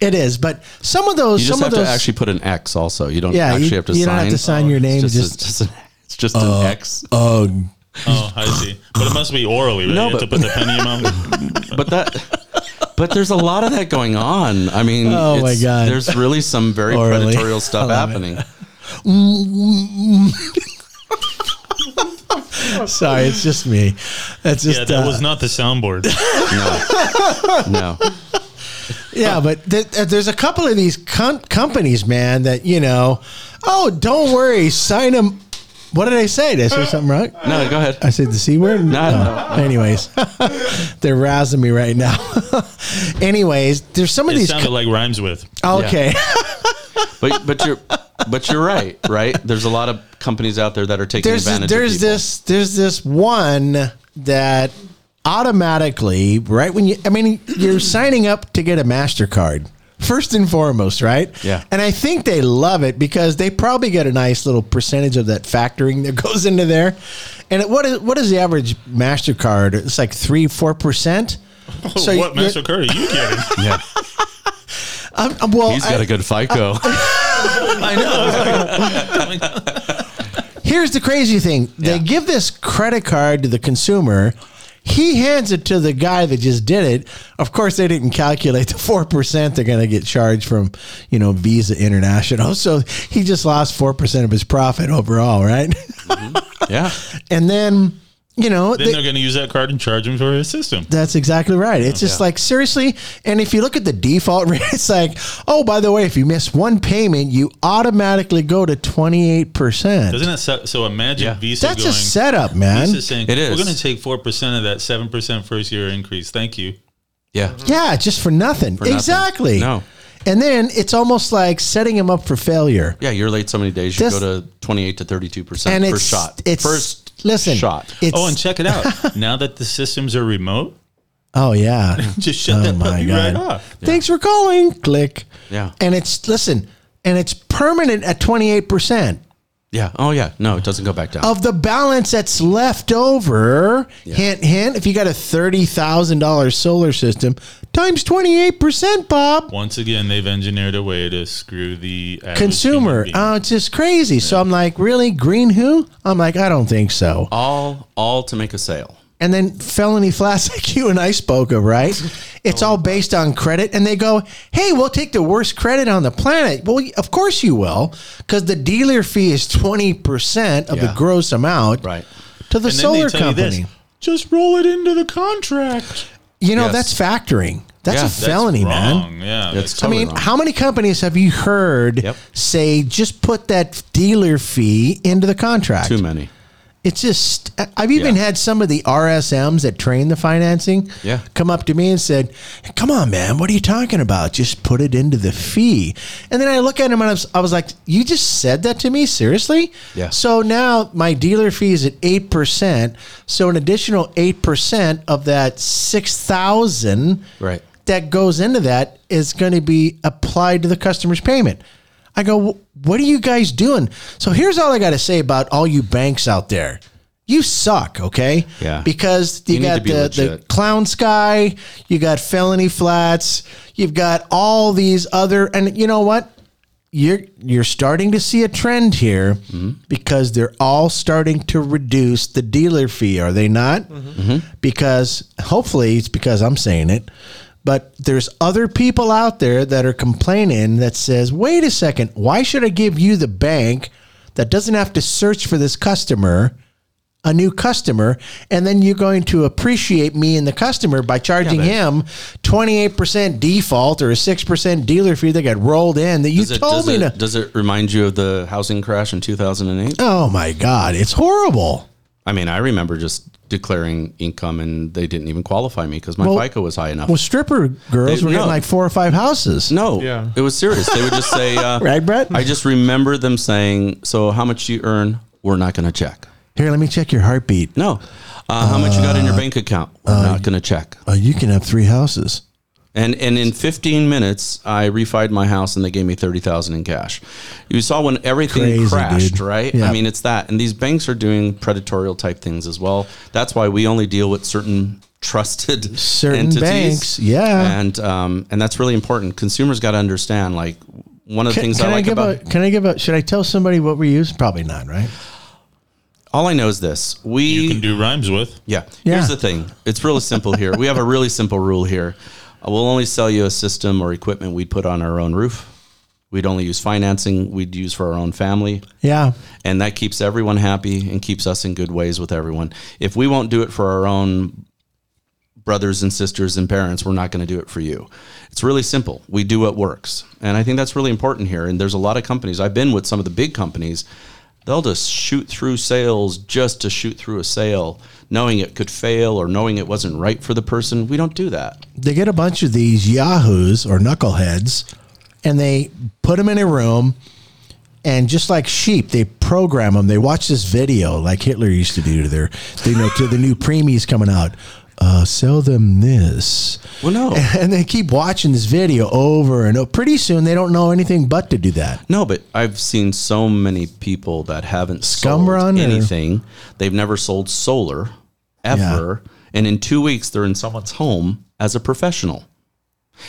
Speaker 2: It is, but some of those,
Speaker 5: You just
Speaker 2: some of
Speaker 5: have to
Speaker 2: those,
Speaker 5: actually put an X. Also, you don't
Speaker 2: Yeah, you-
Speaker 5: actually have to.
Speaker 2: you
Speaker 5: sign.
Speaker 2: don't have to sign your name,
Speaker 5: It's just,
Speaker 2: just- Uh,
Speaker 5: it's just an, it's just an X.
Speaker 2: oh,
Speaker 3: Oh, I see. But it must be orally, right? you
Speaker 5: No,
Speaker 3: have to
Speaker 5: but-
Speaker 3: put the pen in your mouth.
Speaker 5: But that. But there's a lot of that going on. I mean,
Speaker 2: Oh my
Speaker 5: it's-
Speaker 2: God.
Speaker 5: there's really some very
Speaker 2: Orally.
Speaker 5: predatorial stuff happening.
Speaker 2: sorry, it's just me. That's just
Speaker 3: yeah, that
Speaker 2: uh,
Speaker 3: was not the soundboard.
Speaker 5: No,
Speaker 2: Yeah, but th- th- there's a couple of these com- companies, man, that you know. Oh, don't worry, sign them. What did I say? Did I say something wrong?
Speaker 5: no, go ahead.
Speaker 2: I said the c word. Oh,
Speaker 5: No,
Speaker 2: Anyways, they're rousing me right now. Anyways, there's some of
Speaker 3: It
Speaker 2: these.
Speaker 3: sounded like rhymes with.
Speaker 2: co- okay,
Speaker 5: But but you're but you're right, right? There's a lot of companies out there that are taking
Speaker 2: there's
Speaker 5: advantage.
Speaker 2: this, there's
Speaker 5: of people.
Speaker 2: this there's this one that automatically right when you I mean you're signing up to get a Mastercard first and foremost, right?
Speaker 5: Yeah.
Speaker 2: And I think they love it because they probably get a nice little percentage of that factoring that goes into there. And it, what is what is the average Mastercard? It's like three four percent. Oh, So
Speaker 3: what,
Speaker 2: you're-
Speaker 3: Master Curry? You kidding?
Speaker 5: Yeah,
Speaker 2: I'm, I'm- well,
Speaker 5: he's got
Speaker 2: I-
Speaker 5: a good FICO.
Speaker 3: I know.
Speaker 2: Here's the crazy thing. They
Speaker 5: Yeah.
Speaker 2: give this credit card to the consumer. He hands it to the guy that just did it. Of course, they didn't calculate the four percent they're going to get charged from, you know, Visa International. So he just lost four percent of his profit overall, right?
Speaker 5: yeah,
Speaker 2: and then, you know,
Speaker 3: then
Speaker 2: they-
Speaker 3: they're going to use that card and charge him for his system.
Speaker 2: that's exactly right. It's just like seriously. And if you look at the default rate, it's like, oh, by the way, if you miss one payment, you automatically go to twenty eight percent.
Speaker 3: Doesn't it? So, so imagine
Speaker 5: Yeah.
Speaker 3: Visa
Speaker 2: That's
Speaker 3: going.
Speaker 2: a setup, man.
Speaker 3: Visa's saying
Speaker 5: It is.
Speaker 3: we're going to take four percent of that seven percent first year increase. Thank you.
Speaker 5: yeah.
Speaker 2: Yeah, just for nothing.
Speaker 5: nothing.
Speaker 2: exactly.
Speaker 5: No.
Speaker 2: And then it's almost like setting him up for failure.
Speaker 5: Yeah, you're late so many days. You
Speaker 2: This-
Speaker 5: go to 28 to 32 percent
Speaker 2: And
Speaker 5: first
Speaker 2: it's
Speaker 5: shot.
Speaker 2: It's
Speaker 5: first
Speaker 2: listen.
Speaker 5: shot.
Speaker 2: It's,
Speaker 3: oh, and check it out. now that the systems are remote,
Speaker 2: oh yeah. Oh,
Speaker 3: just shut that puppy right off.
Speaker 2: Thanks for calling. Click.
Speaker 5: Yeah.
Speaker 2: And it's listen, and it's permanent at twenty eight percent
Speaker 5: yeah. Oh yeah. No, it doesn't go back down.
Speaker 2: of the balance that's left over. Hint, hint. If you got a thirty thousand dollars solar system, times twenty eight percent, Bob.
Speaker 3: Once again, they've engineered a way to screw the average
Speaker 2: Consumer,
Speaker 3: human being.
Speaker 2: oh, it's just crazy. So I'm like, really, green who? I'm like, I don't think so.
Speaker 5: all all to make a sale.
Speaker 2: and then felony flats like you and I spoke of, right? It's all based on credit, and they go, "Hey, we'll take the worst credit on the planet." Well, of course you will, because the dealer fee is twenty percent of the
Speaker 5: Yeah.
Speaker 2: gross amount,
Speaker 5: Right.
Speaker 2: to the
Speaker 3: And then they
Speaker 2: solar
Speaker 3: tell you this,
Speaker 2: company. You,
Speaker 3: Just roll it into the contract.
Speaker 2: know
Speaker 5: Yes.
Speaker 2: that's factoring. That's
Speaker 5: Yeah,
Speaker 2: a
Speaker 5: that's
Speaker 2: felony, man.
Speaker 3: Wrong. Yeah.
Speaker 5: It's
Speaker 3: that's-
Speaker 2: I
Speaker 5: totally
Speaker 2: mean,
Speaker 5: wrong.
Speaker 2: how many companies have you heard
Speaker 5: Yep.
Speaker 2: say just put that dealer fee into the contract?
Speaker 5: too many.
Speaker 2: It's just I've even
Speaker 5: Yeah.
Speaker 2: had some of the RSMs that train the financing
Speaker 5: Yeah.
Speaker 2: come up to me and said, "Come on, man, what are you talking about? Just put it into the fee." And then I look at him and I was, I was like, "You just said that to me, seriously?"
Speaker 5: Yeah.
Speaker 2: So now my dealer fee is at eight percent. So an additional eight percent of that six thousand
Speaker 5: Right.
Speaker 2: that goes into that is going to be applied to the customer's payment. I go, "Wh- what are you guys doing? So here's all I got to say about all you banks out there. You suck, okay?
Speaker 5: Yeah.
Speaker 2: Because you,
Speaker 5: You need to
Speaker 2: got
Speaker 5: be
Speaker 2: the, the
Speaker 5: legit.
Speaker 2: clown sky, you got felony flats, you've got all these other, and you know what? You're you're starting to see a trend here
Speaker 5: Mm-hmm.
Speaker 2: because they're all starting to reduce the dealer fee, are they not? Because hopefully it's because I'm saying it, but there's other people out there that are complaining that says, "Wait a second, why should I give you the bank that doesn't have to search for this customer?" a new customer and then you're going to appreciate me and the customer by charging him 28% default or a 6% dealer fee that got rolled in that you
Speaker 5: Does it,
Speaker 2: told
Speaker 5: does
Speaker 2: me
Speaker 5: it,
Speaker 2: to
Speaker 5: does it remind you of the housing crash in 2008?
Speaker 2: oh my god it's horrible
Speaker 5: I mean, I remember just declaring income and they didn't even qualify me because my
Speaker 2: Well-
Speaker 5: FICO was high enough.
Speaker 2: well stripper girls
Speaker 5: They-
Speaker 2: were
Speaker 5: no.
Speaker 2: getting like four or five houses
Speaker 5: No,
Speaker 4: Yeah.
Speaker 5: it was serious. They would just say, uh,
Speaker 2: Right, Brett?
Speaker 5: I just remember them saying, "So, how much you earn? We're not going to check."
Speaker 2: here let me check your heartbeat
Speaker 5: No, uh, how much you got in your bank account? We're not going to check.
Speaker 2: uh, you can have three houses
Speaker 5: And and in 15 minutes, I refied my house, and they gave me 30,000 in cash. You saw when everything
Speaker 2: Crazy,
Speaker 5: crashed,
Speaker 2: dude.
Speaker 5: right?
Speaker 2: Yeah.
Speaker 5: I mean, it's that. And these banks are doing predatorial type things as well. That's why we only deal with certain trusted
Speaker 2: Certain
Speaker 5: entities.
Speaker 2: banks, yeah.
Speaker 5: and um, and that's really important. Consumers got to understand like one of the things I like
Speaker 2: give
Speaker 5: about
Speaker 2: a, can I give a should I tell somebody what we use? Probably not, right?
Speaker 5: all I know is this: we
Speaker 3: you can do rhymes with.
Speaker 5: Yeah.
Speaker 2: Yeah.
Speaker 5: Here's the thing. It's really simple here. We have a really simple rule here. Uh, We'll only sell you a system or equipment we'd put on our own roof. We'd only use financing we'd use for our own family.
Speaker 2: Yeah.
Speaker 5: And that keeps everyone happy and keeps us in good ways with everyone. If we won't do it for our own brothers and sisters and parents, we're not going to do it for you. It's really simple. We do what works. And I think that's really important here. And there's a lot of companies, I've been with some of the big companies, they'll just shoot through sales just to shoot through a sale, knowing it could fail or knowing it wasn't right for the person. We don't do that.
Speaker 2: They get a bunch of these yahoos or knuckleheads and they put them in a room and just like sheep, they program them. They watch this video like Hitler used to do to their, they know, to the new preemies coming out. Uh, sell them this.
Speaker 5: Well, no.
Speaker 2: And they keep watching this video over and over. Pretty soon, they don't know anything but to do that.
Speaker 5: No, but I've seen so many people that haven't
Speaker 2: Scum
Speaker 5: sold
Speaker 2: run or-
Speaker 5: anything. They've never sold solar ever, and in two weeks they're in someone's home as a professional.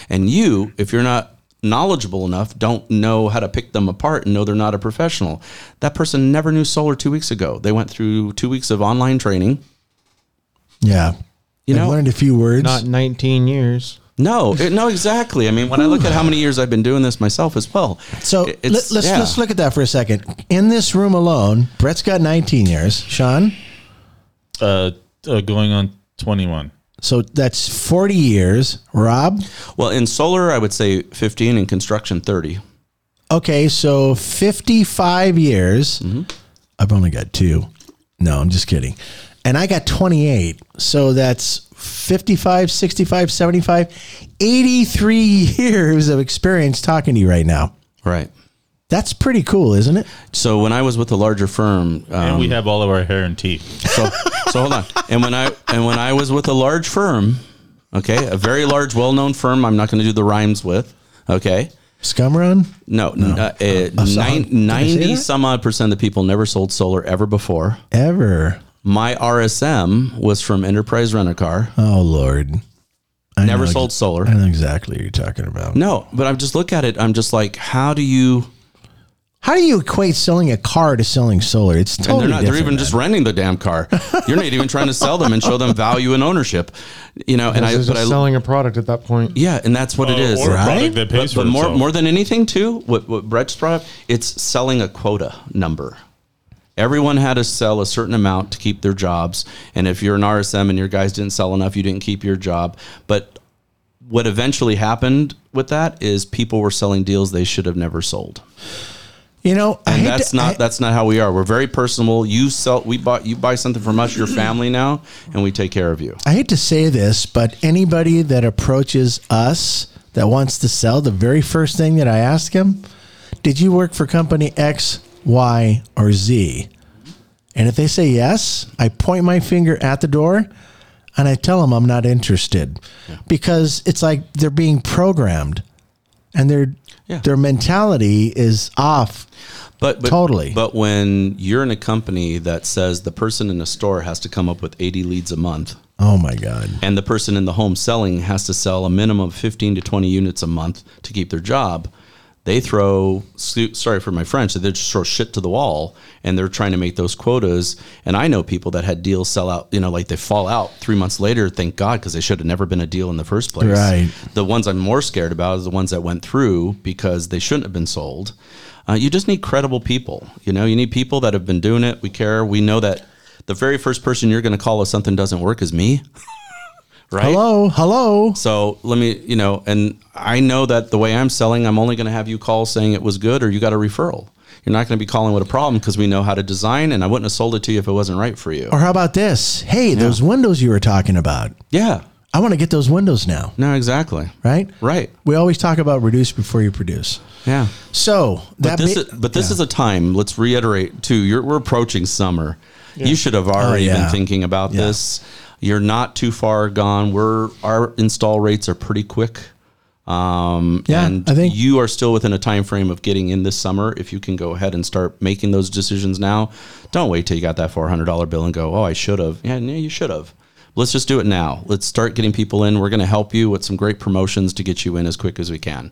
Speaker 5: And you, if you're not knowledgeable enough, don't know how to pick them apart and know they're not a professional. That person never knew solar two weeks ago. They went through two weeks of online training.
Speaker 2: Yeah.
Speaker 5: You
Speaker 2: I've
Speaker 5: know,
Speaker 2: learned a few words.
Speaker 4: Not 19 years.
Speaker 5: no, it- no, exactly. I mean, when I look at how many years I've been doing this myself as well.
Speaker 2: So
Speaker 5: it-
Speaker 2: let,
Speaker 5: it's-
Speaker 2: us
Speaker 5: yeah.
Speaker 2: let's look at that for a second. In this room alone, Brett's got 19 years. Sean,
Speaker 3: Uh, uh, going on twenty one.
Speaker 2: so that's 40 years. Rob,
Speaker 5: Well, in solar, I would say 15, in construction, 30.
Speaker 2: okay, so 55 years.
Speaker 5: Mm-hmm.
Speaker 2: I've only got two. No, I'm just kidding. And I got 28. So that's 55, 65, 75, 83 years of experience talking to you right now.
Speaker 5: Right.
Speaker 2: That's pretty cool, isn't it?
Speaker 5: So when I was with a larger firm, um,
Speaker 3: and we have all of our hair and teeth.
Speaker 5: so, so hold on. And when I and when I was with a large firm, okay, a very large, well-known firm. I'm not going to do the rhymes with. Okay,
Speaker 2: Scum run?
Speaker 5: no, no. Uh,
Speaker 2: so-
Speaker 5: uh, nine-
Speaker 2: did I say
Speaker 5: ninety
Speaker 2: that?
Speaker 5: some odd percent of the people never sold solar ever before.
Speaker 2: Ever.
Speaker 5: My RSM was from Enterprise Rent a Car.
Speaker 2: Oh, Lord. I
Speaker 5: Never
Speaker 2: know ex-
Speaker 5: sold solar.
Speaker 2: I know exactly what you're talking about.
Speaker 5: No, but I'm just look at it. I'm just like, how do you?
Speaker 2: How do you equate selling a car to selling solar? It's
Speaker 5: And
Speaker 2: totally
Speaker 5: they're not. They're
Speaker 2: different.
Speaker 5: even just renting the damn car. You're not even trying to sell them and show them value and ownership. You know, and I.
Speaker 4: They're just
Speaker 5: But I.
Speaker 4: selling a product at that point.
Speaker 5: Yeah, and that's what it is.
Speaker 3: Uh, Oh, or a
Speaker 2: Right?
Speaker 3: product that pays
Speaker 5: but, but
Speaker 3: for
Speaker 5: more
Speaker 3: itself.
Speaker 5: more than anything too what, what brett's brought up it's selling a quota number everyone had to sell a certain amount to keep their jobs and if you're an rsm and your guys didn't sell enough you didn't keep your job but what eventually happened with that is people were selling deals they should have never sold
Speaker 2: you know, I
Speaker 5: and
Speaker 2: hate
Speaker 5: that's
Speaker 2: to- I-
Speaker 5: not that's not how we are we're very personal you sell we bought you buy something from us your family now and we take care of you
Speaker 2: I hate to say this, but anybody that approaches us that wants to sell, the very first thing that I ask them, did you work for company X, Y, or Z? And if they say yes, I point my finger at the door and I tell them I'm not interested because it's like they're being programmed and their
Speaker 5: Yeah.
Speaker 2: their mentality is off.
Speaker 5: But, but
Speaker 2: Totally.
Speaker 5: But when you're in a company that says the person in a store has to come up with 80 leads a month,
Speaker 2: Oh my god.
Speaker 5: and the person in the home selling has to sell a minimum of 15 to 20 units a month to keep their job, they throw su- sorry for my French, they just throw shit to the wall, and they're trying to make those quotas. And I know people that had deals sell out, you know, like they fall out three months later. Thank God, because they should have never been a deal in the first place.
Speaker 2: Right.
Speaker 5: The ones I'm more scared about are the ones that went through because they shouldn't have been sold. Uh, you just need credible people. You know, you need people that have been doing it. We care. We know that the very first person you're going to call if something doesn't work is me. right.
Speaker 2: Hello, hello.
Speaker 5: So let me, you know, and I know that the way I'm selling, I'm only going to have you call saying it was good or you got a referral. You're not going to be calling with a problem because we know how to design, and I wouldn't have sold it to you if it wasn't right for you.
Speaker 2: Or how about this? Hey, those windows you were talking about.
Speaker 5: Yeah.
Speaker 2: I want to get those windows now,
Speaker 5: No, exactly.
Speaker 2: right?
Speaker 5: Right.
Speaker 2: We always talk about reduce before you produce.
Speaker 5: Yeah.
Speaker 2: So
Speaker 5: But
Speaker 2: that
Speaker 5: this,
Speaker 2: be-
Speaker 5: is, but this is a time. Let's reiterate too. You're, we're approaching summer. You should have already
Speaker 2: yeah.
Speaker 5: been thinking about
Speaker 2: Yeah.
Speaker 5: this. You're not too far gone. We're our install rates are pretty quick. Um,
Speaker 2: Yeah,
Speaker 5: and
Speaker 2: I think-
Speaker 5: you are still within a time frame of getting in this summer. If you can go ahead and start making those decisions now, don't wait till you got that four hundred dollar bill and go, "Oh, I should have." Yeah, no, you should have. let's just do it now. Let's start getting people in. We're going to help you with some great promotions to get you in as quick as we can.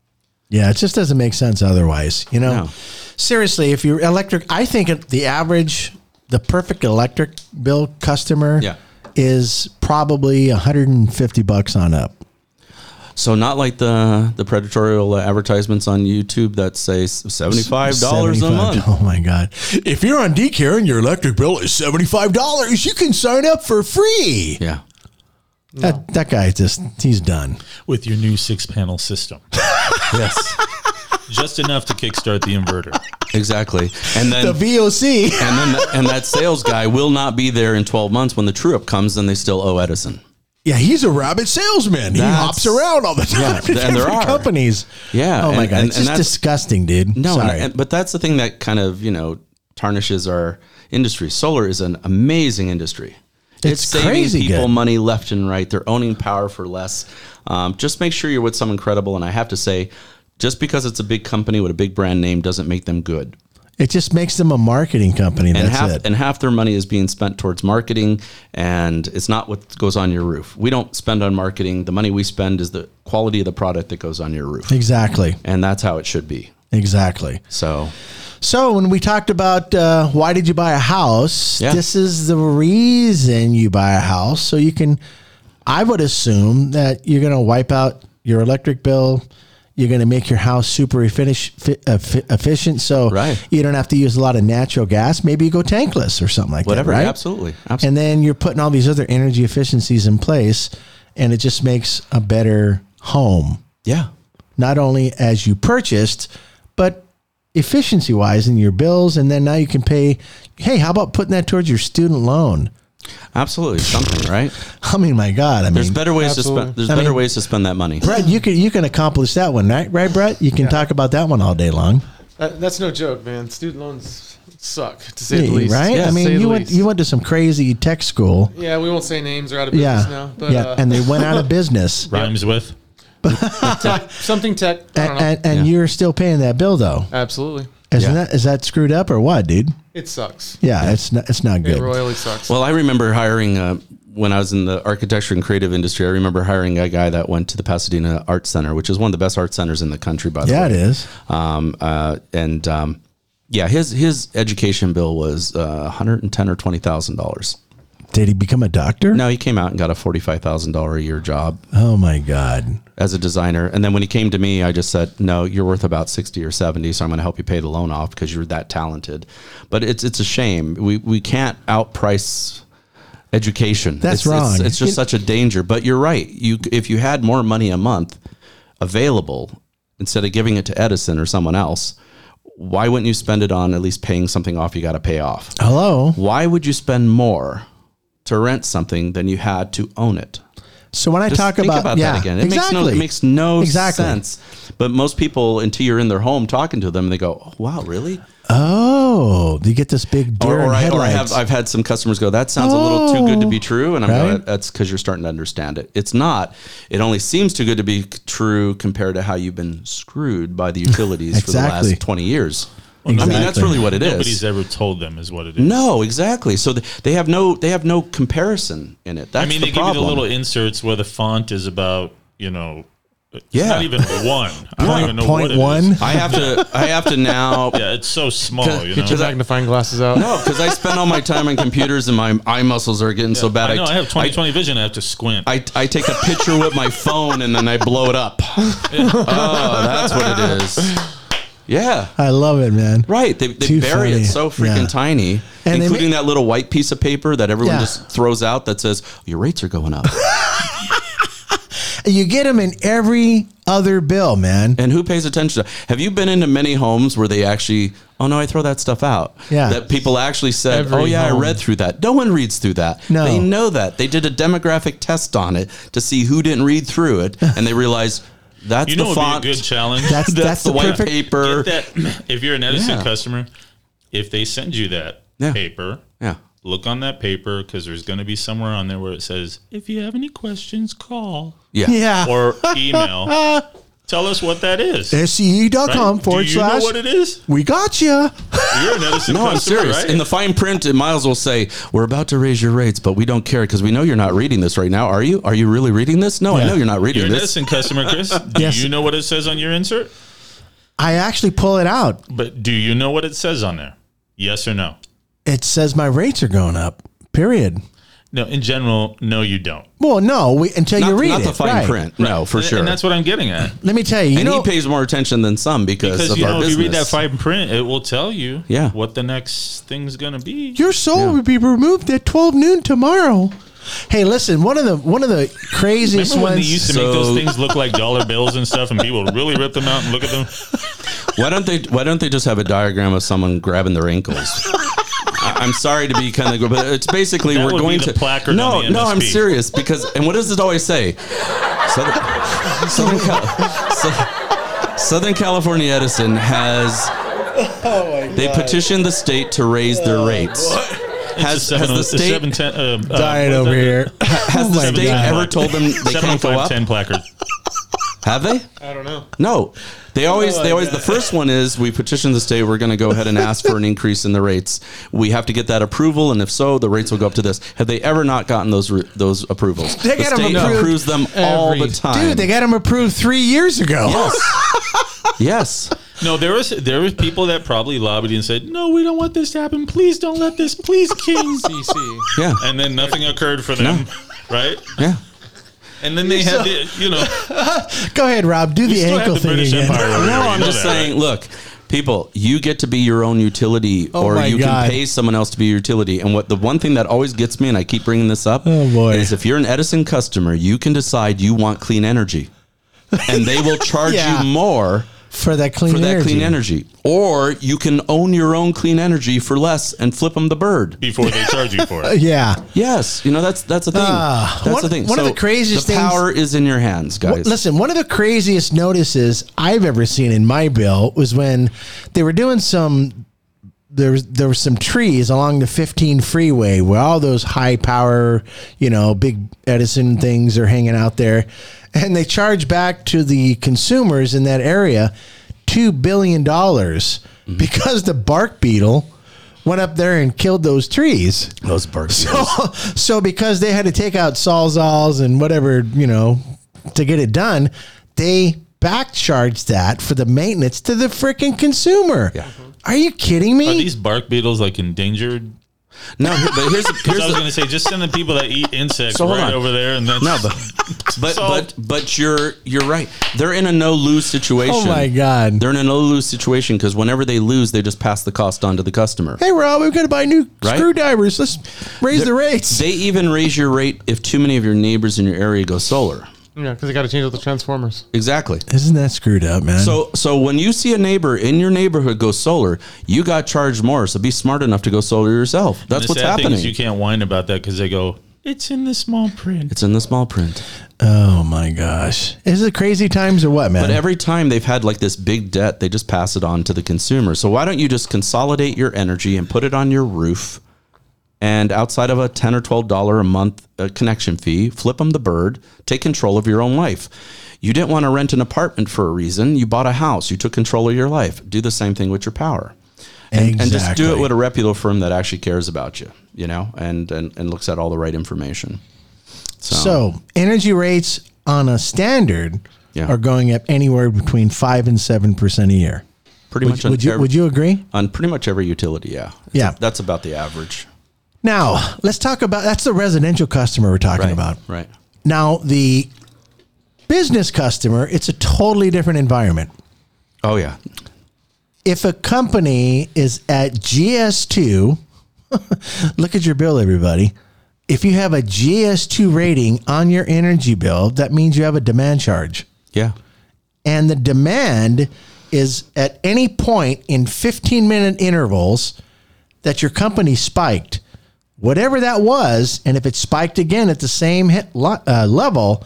Speaker 2: Yeah, it just doesn't make sense otherwise. You know,
Speaker 5: No.
Speaker 2: seriously, if you're electric, I think it- the average, the perfect electric bill customer
Speaker 5: Yeah.
Speaker 2: is probably 150 bucks on up.
Speaker 5: So not like the the predatorial advertisements on YouTube that say seventy five dollars a month.
Speaker 2: Oh my God. If you're on DCare and your electric bill is $75, you can sign up for free.
Speaker 5: Yeah,
Speaker 2: That, that guy just, he's done.
Speaker 3: with your new six panel system. yes. Just enough to kickstart the inverter.
Speaker 5: exactly. And then
Speaker 2: The VOC.
Speaker 5: and then and that sales guy will not be there in twelve months when the true up comes and they still owe Edison.
Speaker 2: Yeah, he's a rabbit salesman. he
Speaker 5: That's-
Speaker 2: hops around all the
Speaker 5: Yeah,
Speaker 2: time to
Speaker 5: and there
Speaker 2: different
Speaker 5: are.
Speaker 2: companies.
Speaker 5: Yeah,
Speaker 2: Oh my
Speaker 5: and-
Speaker 2: God.
Speaker 5: and-
Speaker 2: it's
Speaker 5: and
Speaker 2: just
Speaker 5: that's-
Speaker 2: disgusting, dude.
Speaker 5: No, and-
Speaker 2: Sorry.
Speaker 5: and- but that's the thing that kind of you know tarnishes our industry. Solar is an amazing industry.
Speaker 2: It's crazy
Speaker 5: people
Speaker 2: good.
Speaker 5: money left and right. They're owning power for less. Um, just make sure you're with some incredible. And I have to say, just because it's a big company with a big brand name doesn't make them good.
Speaker 2: It just makes them a marketing company.
Speaker 5: and
Speaker 2: That's
Speaker 5: half
Speaker 2: it.
Speaker 5: and half their money is being spent towards marketing and it's not what goes on your roof we don't spend on marketing the money we spend is the quality of the product that goes on your roof
Speaker 2: exactly.
Speaker 5: and that's how it should be
Speaker 2: Exactly.
Speaker 5: so
Speaker 2: So when we talked about uh, why did you buy a house,
Speaker 5: Yeah.
Speaker 2: this is the reason you buy a house. So you can, I would assume that you're going to wipe out your electric bill. You're going to make your house super effic- fi- effi- efficient, so
Speaker 5: Right.
Speaker 2: you don't have to use a lot of natural gas. Maybe you go tankless or something like
Speaker 5: whatever
Speaker 2: that, right?
Speaker 5: absolutely absolutely
Speaker 2: And then you're putting all these other energy efficiencies in place, and it just makes a better home.
Speaker 5: yeah
Speaker 2: not only as you purchased, but efficiency wise in your bills. And then now you can pay, hey, how about putting that towards your student loan?
Speaker 5: absolutely something right
Speaker 2: I mean, my God, I
Speaker 5: there's
Speaker 2: mean,
Speaker 5: better ways to spend there's
Speaker 2: Mm-hmm. I
Speaker 5: better
Speaker 2: mean-
Speaker 5: ways to spend that money
Speaker 2: Brett, you can, you can accomplish that one, right? Right, Brett? You can talk about that one all day long.
Speaker 4: That, uh, that's no joke, man. Student loans suck to say the
Speaker 2: Yeah,
Speaker 4: least.
Speaker 2: right?
Speaker 4: To
Speaker 2: I
Speaker 4: say
Speaker 2: mean,
Speaker 4: the
Speaker 2: you went,
Speaker 4: least.
Speaker 2: you went to some crazy tech school.
Speaker 4: Yeah, we won't say names. They're out of business
Speaker 2: Yeah.
Speaker 4: now. But
Speaker 2: yeah.
Speaker 4: uh,
Speaker 2: and they went out of business.
Speaker 3: Rhymes with
Speaker 4: tech, something tech. I don't
Speaker 2: And,
Speaker 4: know.
Speaker 2: and, and you're still paying that bill, though.
Speaker 4: Absolutely,
Speaker 2: Isn't
Speaker 5: Yeah.
Speaker 2: that, is that screwed up or what, dude?
Speaker 4: it sucks.
Speaker 2: Yeah, it's not, it's not
Speaker 4: It
Speaker 2: good.
Speaker 4: royally sucks.
Speaker 5: Well, I remember hiring uh, when I was in the architecture and creative industry. I remember hiring a guy that went to the Pasadena Art Center, which is one of the best art centers in the country, by the
Speaker 2: Yeah,
Speaker 5: way.
Speaker 2: it is.
Speaker 5: Um, uh, and um, yeah, his his education bill was uh, one hundred and ten or twenty thousand dollars.
Speaker 2: Did he become a doctor?
Speaker 5: No, he came out and got a forty five thousand dollar a year job
Speaker 2: Oh, my God.
Speaker 5: as a designer. And then when he came to me, I just said, "No, you're worth about sixty or seventy, so I'm going to help you pay the loan off because you're that talented." But it's it's a shame we we can't outprice education.
Speaker 2: That's
Speaker 5: It's- it's-
Speaker 2: wrong.
Speaker 5: It's, just such a danger. But you're right. You if you had more money a month available instead of giving it to Edison or someone else. Why wouldn't you spend it on at least paying something off you got to pay off?
Speaker 2: Hello.
Speaker 5: Why would you spend more to rent something than you had to own it?
Speaker 2: So when I
Speaker 5: Just
Speaker 2: talk
Speaker 5: think
Speaker 2: about,
Speaker 5: about,
Speaker 2: yeah,
Speaker 5: that again. It
Speaker 2: exactly.
Speaker 5: makes no, it makes no
Speaker 2: Exactly.
Speaker 5: sense. But most people, until you're in their home talking to them, they go, oh, "Wow, really?"
Speaker 2: Oh, you get this big deer
Speaker 5: Or,
Speaker 2: in
Speaker 5: or, I, or I
Speaker 2: headlights. Oh.
Speaker 5: have, I've had some customers go, "That sounds a little too good to be true," and I'm
Speaker 2: Right.
Speaker 5: going, "That's because you're starting to understand it. It's not. It only seems too good to be c- true compared to how you've been screwed by the utilities for the
Speaker 2: Exactly.
Speaker 5: last 20 years. I mean, that's
Speaker 2: Exactly.
Speaker 5: really what it is.
Speaker 3: nobody's ever told them is what it is.
Speaker 5: No, exactly. So th- they have no they have no comparison in it. That's
Speaker 3: I mean,
Speaker 5: the
Speaker 3: they
Speaker 5: problem.
Speaker 3: give you the little inserts where the font is about you know It's
Speaker 5: Yeah.
Speaker 3: not even one. I don't even
Speaker 2: Point,
Speaker 3: know what
Speaker 2: point
Speaker 3: it
Speaker 2: one.
Speaker 3: is.
Speaker 5: I have to. I have to now.
Speaker 3: Yeah, it's so small. You know,
Speaker 4: Get your magnifying glasses out.
Speaker 5: No, because I spend all my time on computers and my eye muscles are getting so bad.
Speaker 3: I know I have
Speaker 5: t-
Speaker 3: 20/20 vision. I have to squint.
Speaker 5: I, I take a picture with my phone and then I blow it up. Oh, that's what it is. Yeah.
Speaker 2: I love it, man.
Speaker 5: Right. They, they
Speaker 2: Too
Speaker 5: bury
Speaker 2: funny.
Speaker 5: it so freaking
Speaker 2: Yeah.
Speaker 5: tiny,
Speaker 2: And they
Speaker 5: including
Speaker 2: make-
Speaker 5: that little white piece of paper that everyone
Speaker 2: Yeah.
Speaker 5: just throws out that says, Your rates are going up.
Speaker 2: You get them in every other bill, man.
Speaker 5: and who pays attention to Have you been into many homes where they actually, oh no, I throw that stuff out?
Speaker 2: Yeah.
Speaker 5: That people actually said,
Speaker 4: Every
Speaker 5: oh yeah, I
Speaker 4: home.
Speaker 5: read through that. No one reads through that.
Speaker 2: No.
Speaker 5: They know that. They did a demographic test on it to see who didn't read through it, and they realized that's
Speaker 3: you know, what
Speaker 5: the
Speaker 3: would
Speaker 5: font.
Speaker 3: be a good challenge.
Speaker 2: That's
Speaker 5: That's,
Speaker 2: that's
Speaker 5: the,
Speaker 2: the,
Speaker 5: white
Speaker 2: perfect.
Speaker 5: paper.
Speaker 3: Get that if you're an Edison
Speaker 5: Yeah.
Speaker 3: customer, if they send you that
Speaker 5: Yeah.
Speaker 3: paper,
Speaker 5: Yeah.
Speaker 3: look on that paper because there's going to be somewhere on there where it says, "If you have any questions, call
Speaker 5: Yeah.
Speaker 2: Yeah.
Speaker 3: or email. Tell us what that is."
Speaker 2: E
Speaker 3: right?
Speaker 2: SCE.com forward
Speaker 3: Do you
Speaker 2: slash.
Speaker 3: know what it is?
Speaker 2: we got you.
Speaker 3: You're an Edison
Speaker 5: No, I'm
Speaker 3: customer,
Speaker 5: serious.
Speaker 3: right?
Speaker 5: In the fine print, it- Miles will say, "We're about to raise your rates, but we don't care because we know you're not reading this right now. Are you? Are you really reading this? No, I
Speaker 2: Yeah.
Speaker 5: know you're not reading
Speaker 3: you're an
Speaker 5: this.
Speaker 3: Edison customer, Chris. Do
Speaker 2: Yes.
Speaker 3: you know what it says on your insert?
Speaker 2: I actually pull it out.
Speaker 3: But do you know what it says on there? Yes or no?
Speaker 2: It says my rates are going up. Period.
Speaker 3: No, in general, no, you don't.
Speaker 2: Well, no, we, until
Speaker 5: Not,
Speaker 2: you read
Speaker 5: not
Speaker 2: it.
Speaker 5: the fine
Speaker 2: right.
Speaker 5: print. No, for
Speaker 3: and,
Speaker 5: sure.
Speaker 3: And that's what I'm getting at.
Speaker 2: Let me tell you. You
Speaker 5: and
Speaker 2: know,
Speaker 5: he pays more attention than some because,
Speaker 3: Because
Speaker 5: of
Speaker 3: you
Speaker 5: our
Speaker 3: know, if
Speaker 5: business.
Speaker 3: you read that fine print, it will tell you
Speaker 5: Yeah.
Speaker 3: what the next thing's gonna be.
Speaker 2: your soul will be removed at twelve noon tomorrow. Hey, listen. One of the one of the craziest
Speaker 3: Remember when they
Speaker 2: ones.
Speaker 3: used to
Speaker 5: So-
Speaker 3: make those things look like dollar bills and stuff, and people would really rip them out and look at them?
Speaker 5: Why don't they? Why don't they just have a diagram of someone grabbing their ankles? I- I'm sorry to be kind of, but it's basically
Speaker 3: That
Speaker 5: we're
Speaker 3: would be
Speaker 5: going
Speaker 3: the
Speaker 5: to
Speaker 3: placard
Speaker 5: No,
Speaker 3: on the
Speaker 5: no, I'm
Speaker 3: MSP.
Speaker 5: serious because and what does it always say? Southern, Southern, Cal- Sou- Southern California Edison has. they petitioned the state to raise their rates. Has,
Speaker 3: Seven
Speaker 5: has
Speaker 3: oh-
Speaker 5: the state
Speaker 3: seven ten, uh, uh,
Speaker 2: Dying
Speaker 3: what is
Speaker 2: over
Speaker 3: that?
Speaker 2: here.
Speaker 5: has the
Speaker 2: my
Speaker 5: state
Speaker 2: God.
Speaker 5: ever told them they
Speaker 3: Seven oh
Speaker 5: can't go
Speaker 3: five
Speaker 5: up?
Speaker 3: ten placard.
Speaker 5: Have they?
Speaker 4: I don't know.
Speaker 5: No, they always they always the first one is we petition the state. We're going to go ahead and ask for an increase in the rates. We have to get that approval, and if so, the rates will go up to this. Have they ever not gotten those re- those approvals?
Speaker 2: They
Speaker 5: the
Speaker 2: get 'em
Speaker 5: state
Speaker 2: approved
Speaker 5: approves them all the
Speaker 4: every-
Speaker 5: time.
Speaker 2: Dude, they got him approved three years ago.
Speaker 5: yes, yes.
Speaker 3: No, there was there was people that probably lobbied and said, "No, we don't want this to happen. Please don't let this. Please, Kings."
Speaker 4: DC.
Speaker 5: Yeah,
Speaker 3: And then nothing occurred for them, right?
Speaker 5: yeah.
Speaker 3: And then they had the you know
Speaker 2: Go ahead, Rob. Do the
Speaker 3: still had
Speaker 2: ankle
Speaker 3: the
Speaker 2: thing
Speaker 3: British
Speaker 2: again.
Speaker 3: Empire. over here,
Speaker 5: No,
Speaker 3: you
Speaker 5: I'm
Speaker 3: know
Speaker 5: just
Speaker 3: that, right?
Speaker 5: saying. Look, people, you get to be your own utility,
Speaker 2: Oh
Speaker 5: or
Speaker 2: my
Speaker 5: you
Speaker 2: God.
Speaker 5: can pay someone else to be your utility. And what the one thing that always gets me, and I keep bringing this up,
Speaker 2: Oh, boy.
Speaker 5: is if you're an Edison customer, you can decide you want clean energy, and they will charge
Speaker 2: Yeah.
Speaker 5: you more
Speaker 2: for that clean
Speaker 5: for that
Speaker 2: energy.
Speaker 5: clean energy. Or you can own your own clean energy for less and flip them the bird.
Speaker 3: Before they charge you for it.
Speaker 2: Yeah.
Speaker 5: Yes, you know that's that's a thing.
Speaker 2: Ah,
Speaker 5: that's
Speaker 2: one-
Speaker 5: a thing.
Speaker 2: one of the craziest
Speaker 5: the
Speaker 2: things-
Speaker 5: power is in your hands, guys.
Speaker 2: Well, listen, one of the craziest notices I've ever seen in my bill was when they were doing some. There was there were some trees along the 15 freeway where all those high power, you know, big Edison things are hanging out there, and they charge back to the consumers in that area two billion dollars because the bark beetle went up there and killed those trees.
Speaker 5: Those birds.
Speaker 2: so because they had to take out sawzalls and whatever you know to get it done they backcharged that for the maintenance to the freaking consumer
Speaker 5: Yeah.
Speaker 2: are you kidding
Speaker 3: Are
Speaker 2: me
Speaker 3: these bark beetles like endangered?
Speaker 5: No, but here's the-
Speaker 3: Because
Speaker 5: here's
Speaker 3: I was
Speaker 5: the,
Speaker 3: going to say, just send the people that eat insects
Speaker 5: So hold
Speaker 3: right
Speaker 5: on.
Speaker 3: over there, and that's
Speaker 5: No, but but
Speaker 3: So-
Speaker 5: but but you're you're right. They're in a no lose situation.
Speaker 2: oh my god
Speaker 5: They're in a no lose situation because whenever they lose, they just pass the cost on to the customer.
Speaker 2: hey rob we've got to buy new
Speaker 5: Right?
Speaker 2: screwdrivers let's raise the rates
Speaker 5: They even raise your rate if too many of your neighbors in your area go solar.
Speaker 4: Yeah, because they got to change all the transformers.
Speaker 5: Exactly.
Speaker 2: isn't that screwed up man
Speaker 5: So so when you see a neighbor in your neighborhood go solar, you got charged more. So be smart enough to go solar yourself. That's
Speaker 3: the
Speaker 5: what's
Speaker 3: sad thing
Speaker 5: happening.
Speaker 3: is you can't whine about that because they go, it's in the small print.
Speaker 5: it's in the small print.
Speaker 2: oh my gosh is it crazy times or what man
Speaker 5: But every time they've had like this big debt, they just pass it on to the consumer. So why don't you just consolidate your energy and put it on your roof? And outside of a ten or twelve dollar a month uh, connection fee, flip them the bird. Take control of your own life. You didn't want to rent an apartment for a reason. You bought a house. You took control of your life. Do the same thing with your power,
Speaker 2: exactly.
Speaker 5: and just do it with a reputable firm that actually cares about you. You know, and and, and looks at all the right information.
Speaker 2: so energy rates on a standard
Speaker 5: Yeah.
Speaker 2: are going up anywhere between five and seven percent a year.
Speaker 5: Pretty
Speaker 2: would,
Speaker 5: much on
Speaker 2: would you
Speaker 5: every-
Speaker 2: would you agree?
Speaker 5: on pretty much every utility. Yeah, It's
Speaker 2: Yeah.
Speaker 5: a- that's about the average.
Speaker 2: Now let's talk about that's the residential customer we're talking
Speaker 5: Right,
Speaker 2: about.
Speaker 5: right.
Speaker 2: Now the business customer, it's a totally different environment.
Speaker 5: Oh yeah,
Speaker 2: if a company is at GS2, look at your bill, everybody. If you have a GS2 rating on your energy bill, that means you have a demand charge.
Speaker 5: yeah,
Speaker 2: And the demand is at any point in 15 minute intervals that your company spiked, whatever that was. And if it spiked again at the same hit lo- uh, level,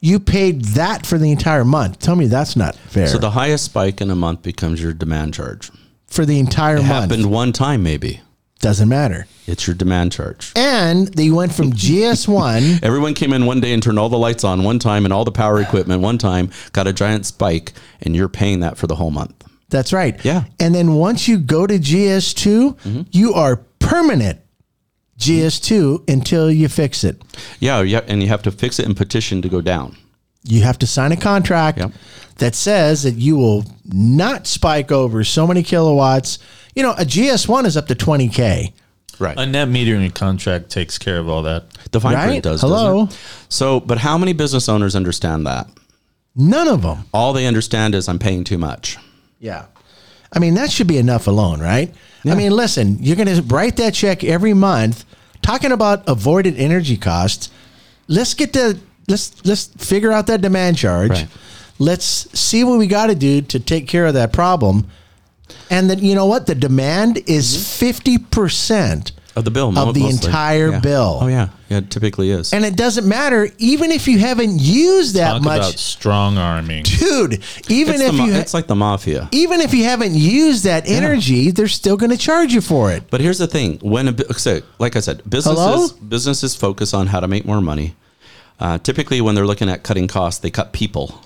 Speaker 2: you paid that for the entire month. Tell me that's not fair.
Speaker 5: So the highest spike in a month becomes your demand charge.
Speaker 2: for the entire
Speaker 5: It
Speaker 2: month.
Speaker 5: happened one time, maybe.
Speaker 2: Doesn't matter.
Speaker 5: It's your demand charge.
Speaker 2: and they went from GS1.
Speaker 5: Everyone came in one day and turned all the lights on one time and all the power equipment one time, got a giant spike, and you're paying that for the whole month.
Speaker 2: that's right.
Speaker 5: Yeah. Mm-hmm.
Speaker 2: And then once you go to GS2, you are permanent GS2 until you fix it.
Speaker 5: Yeah, yeah, and you have to fix it and petition to go down.
Speaker 2: You have to sign a contract
Speaker 5: Yep.
Speaker 2: that says that you will not spike over so many kilowatts. You know, a GS1 is up to 20K.
Speaker 5: Right.
Speaker 3: A net metering contract takes care of all that.
Speaker 5: the fine
Speaker 2: right?
Speaker 5: print does.
Speaker 2: Hello?
Speaker 5: doesn't it? So, but how many business owners understand that?
Speaker 2: None of them.
Speaker 5: All they understand is I'm paying too much.
Speaker 2: Yeah. I mean, that should be enough alone, right? I mean, listen, you're going to write that check every month talking about avoided energy costs. Let's get the let's let's figure out that demand charge.
Speaker 5: Right.
Speaker 2: Let's see what we got to do to take care of that problem. And then you know what? The demand is 50%
Speaker 5: Mm-hmm. Of the bill, mo-
Speaker 2: of the
Speaker 5: mostly.
Speaker 2: entire
Speaker 5: Yeah.
Speaker 2: bill.
Speaker 5: Oh yeah, yeah, it typically is.
Speaker 2: And it doesn't matter even if you haven't used that
Speaker 3: Talk about
Speaker 2: much.
Speaker 3: strong arming.
Speaker 2: Dude, even
Speaker 5: it's,
Speaker 2: if
Speaker 5: the ma-
Speaker 2: you ha-
Speaker 5: it's like the mafia.
Speaker 2: even if you haven't used that energy, they're still going to charge you for it.
Speaker 5: But here's the thing: when a bu- so, like I said,
Speaker 2: Hello?
Speaker 5: businesses businesses focus on how to make more money. Uh, typically, when they're looking at cutting costs, they cut people,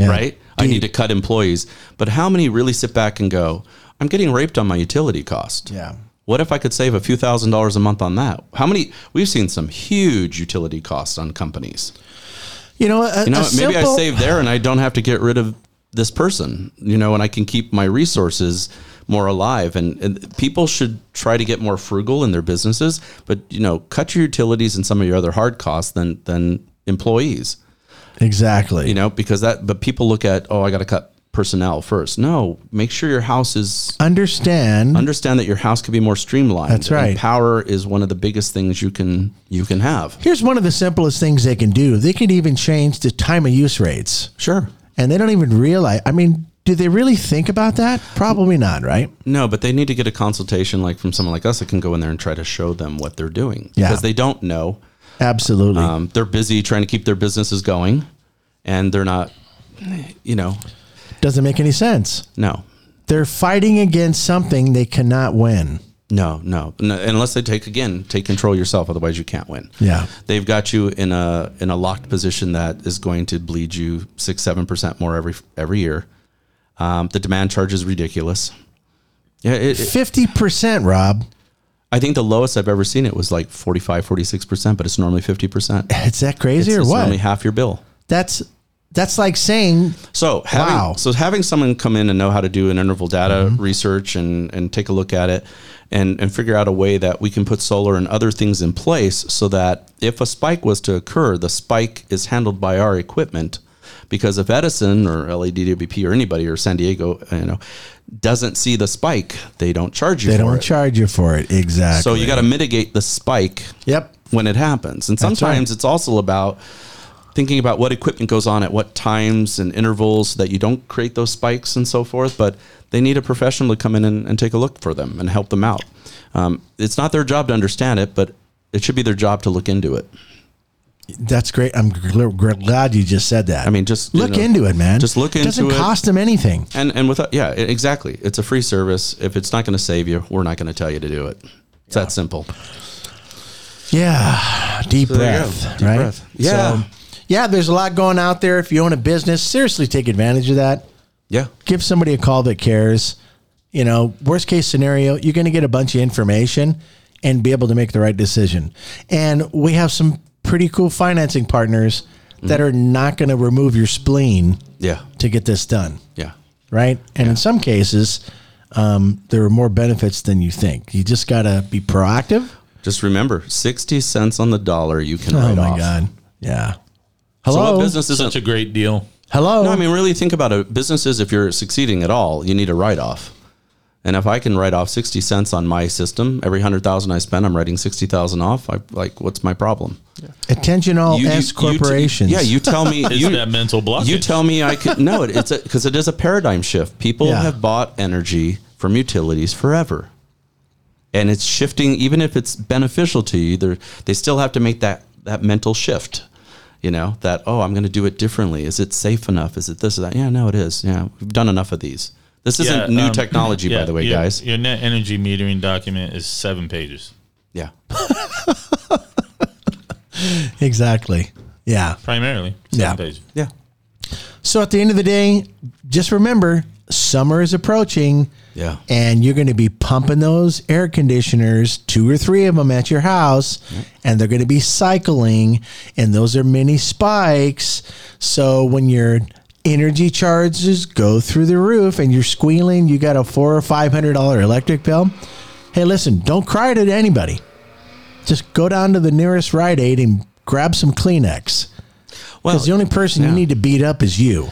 Speaker 5: right? I need to cut employees. But how many really sit back and go, "I'm getting raped on my utility cost."
Speaker 2: Yeah.
Speaker 5: What if I could save a few thousand dollars a month on that? How many? We've seen some huge utility costs on companies.
Speaker 2: You know, a,
Speaker 5: You know,
Speaker 2: a
Speaker 5: what? maybe
Speaker 2: simple,
Speaker 5: I save there and I don't have to get rid of this person, you know, and I can keep my resources more alive. And, and people should try to get more frugal in their businesses, but, you know, cut your utilities and some of your other hard costs than, than employees,
Speaker 2: exactly.
Speaker 5: you know, because that, but people look at, oh, I got to cut personnel first. No, make sure your house is.
Speaker 2: understand.
Speaker 5: Understand that your house could be more streamlined.
Speaker 2: That's
Speaker 5: and
Speaker 2: right.
Speaker 5: power is one of the biggest things you can you can have.
Speaker 2: Here's one of the simplest things they can do. They can even change the time of use rates,
Speaker 5: Sure.
Speaker 2: and they don't even realize. I mean, do they really think about that? Probably not, right?
Speaker 5: No, but they need to get a consultation like from someone like us that can go in there and try to show them what they're doing
Speaker 2: Yeah.
Speaker 5: because they don't know.
Speaker 2: Absolutely.
Speaker 5: Um, they're busy trying to keep their businesses going, and they're not, you know,
Speaker 2: Doesn't make any sense.
Speaker 5: no,
Speaker 2: They're fighting against something they cannot win.
Speaker 5: no, no, no unless they take again take control yourself. Otherwise, you can't win.
Speaker 2: Yeah.
Speaker 5: they've got you in a in a locked position that is going to bleed you six seven percent more every every year. Um, the demand charge is ridiculous. Yeah, it, it-
Speaker 2: Fifty percent, Rob.
Speaker 5: I think the lowest I've ever seen it was like 45, 46%, but it's normally 50%.
Speaker 2: Is that crazy
Speaker 5: it's,
Speaker 2: or
Speaker 5: it's
Speaker 2: what?
Speaker 5: only half your bill.
Speaker 2: that's that's like saying
Speaker 5: So having,
Speaker 2: Wow. Mm-hmm.
Speaker 5: so having someone come in and know how to do an interval data research and and take a look at it and and figure out a way that we can put solar and other things in place so that if a spike was to occur, the spike is handled by our equipment. Because if Edison or LADWP or anybody or San Diego, you know, doesn't see the spike, they don't charge you.
Speaker 2: they
Speaker 5: for
Speaker 2: don't
Speaker 5: it.
Speaker 2: charge you for it. Exactly.
Speaker 5: So you got to mitigate the spike
Speaker 2: Yep.
Speaker 5: when it happens. And
Speaker 2: That's right.
Speaker 5: sometimes it's also about thinking about what equipment goes on at what times and intervals so that you don't create those spikes and so forth. But they need a professional to come in and, and take a look for them and help them out. Um, it's not their job to understand it, but it should be their job to look into it.
Speaker 2: That's great. I'm gl- gl- glad you just said that.
Speaker 5: I mean, just you
Speaker 2: look
Speaker 5: know,
Speaker 2: into it, man.
Speaker 5: Just look
Speaker 2: it.
Speaker 5: into
Speaker 2: Doesn't
Speaker 5: it.
Speaker 2: cost them anything.
Speaker 5: And and without yeah, e- exactly. It's a free service. If it's not going to save you, we're not going to tell you to do it. It's that simple.
Speaker 2: Yeah. Deep
Speaker 5: there you
Speaker 2: breath.
Speaker 5: go. Deep
Speaker 2: right?
Speaker 5: breath. Yeah.
Speaker 2: yeah. There's a lot going out there. If you own a business, seriously, take advantage of that.
Speaker 5: Yeah.
Speaker 2: Give somebody a call that cares. You know, worst case scenario, you're going to get a bunch of information and be able to make the right decision. And we have some pretty cool financing partners that
Speaker 5: Mm-hmm.
Speaker 2: are not going to remove your spleen
Speaker 5: Yeah.
Speaker 2: to get this done,
Speaker 5: Yeah.
Speaker 2: right? And in some cases, um, there are more benefits than you think. You just got to be proactive.
Speaker 5: Just remember, sixty cents on the dollar you can write
Speaker 2: oh my
Speaker 5: off.
Speaker 2: god, yeah.
Speaker 5: So
Speaker 2: Hello,
Speaker 5: what business isn't
Speaker 3: Such a great deal.
Speaker 2: hello.
Speaker 5: No, I mean really think about it. Businesses, if you're succeeding at all, you need a write off. And if I can write off sixty cents on my system, every hundred thousand I spend, I'm writing sixty thousand off. I like what's my problem?
Speaker 2: attention all
Speaker 5: You- you-
Speaker 2: S
Speaker 5: you t-
Speaker 2: corporations.
Speaker 5: yeah, you tell me
Speaker 3: It's
Speaker 5: you,
Speaker 3: that mental blockage.
Speaker 5: You tell me I could no. It, it's because it is a paradigm shift. People
Speaker 2: Yeah.
Speaker 5: have bought energy from utilities forever, and it's shifting. Even if it's beneficial to you, they they still have to make that that mental shift. You know that oh, I'm going to do it differently. Is it safe enough? Is it this or that? Yeah, no, it is. Yeah, we've done enough of these. This isn't
Speaker 3: Yeah,
Speaker 5: new
Speaker 3: um,
Speaker 5: technology, by
Speaker 3: yeah,
Speaker 5: the way,
Speaker 3: your-
Speaker 5: guys.
Speaker 3: Your net energy metering document is seven pages.
Speaker 5: Yeah,
Speaker 2: exactly. Yeah.
Speaker 3: Primarily, seven
Speaker 2: Yeah.
Speaker 3: pages.
Speaker 5: yeah.
Speaker 2: So at the end of the day, just remember summer is approaching.
Speaker 5: Yeah.
Speaker 2: And you're going to be pumping those air conditioners, two or three of them at your house, and they're going to be cycling. And those are mini spikes. So when your energy charges go through the roof and you're squealing, you got a four or five hundred dollar electric bill. Hey, listen, don't cry to anybody. Just go down to the nearest Rite Aid and grab some Kleenex.
Speaker 5: Well,
Speaker 2: Because the only person
Speaker 5: yeah.
Speaker 2: you need to beat up is you.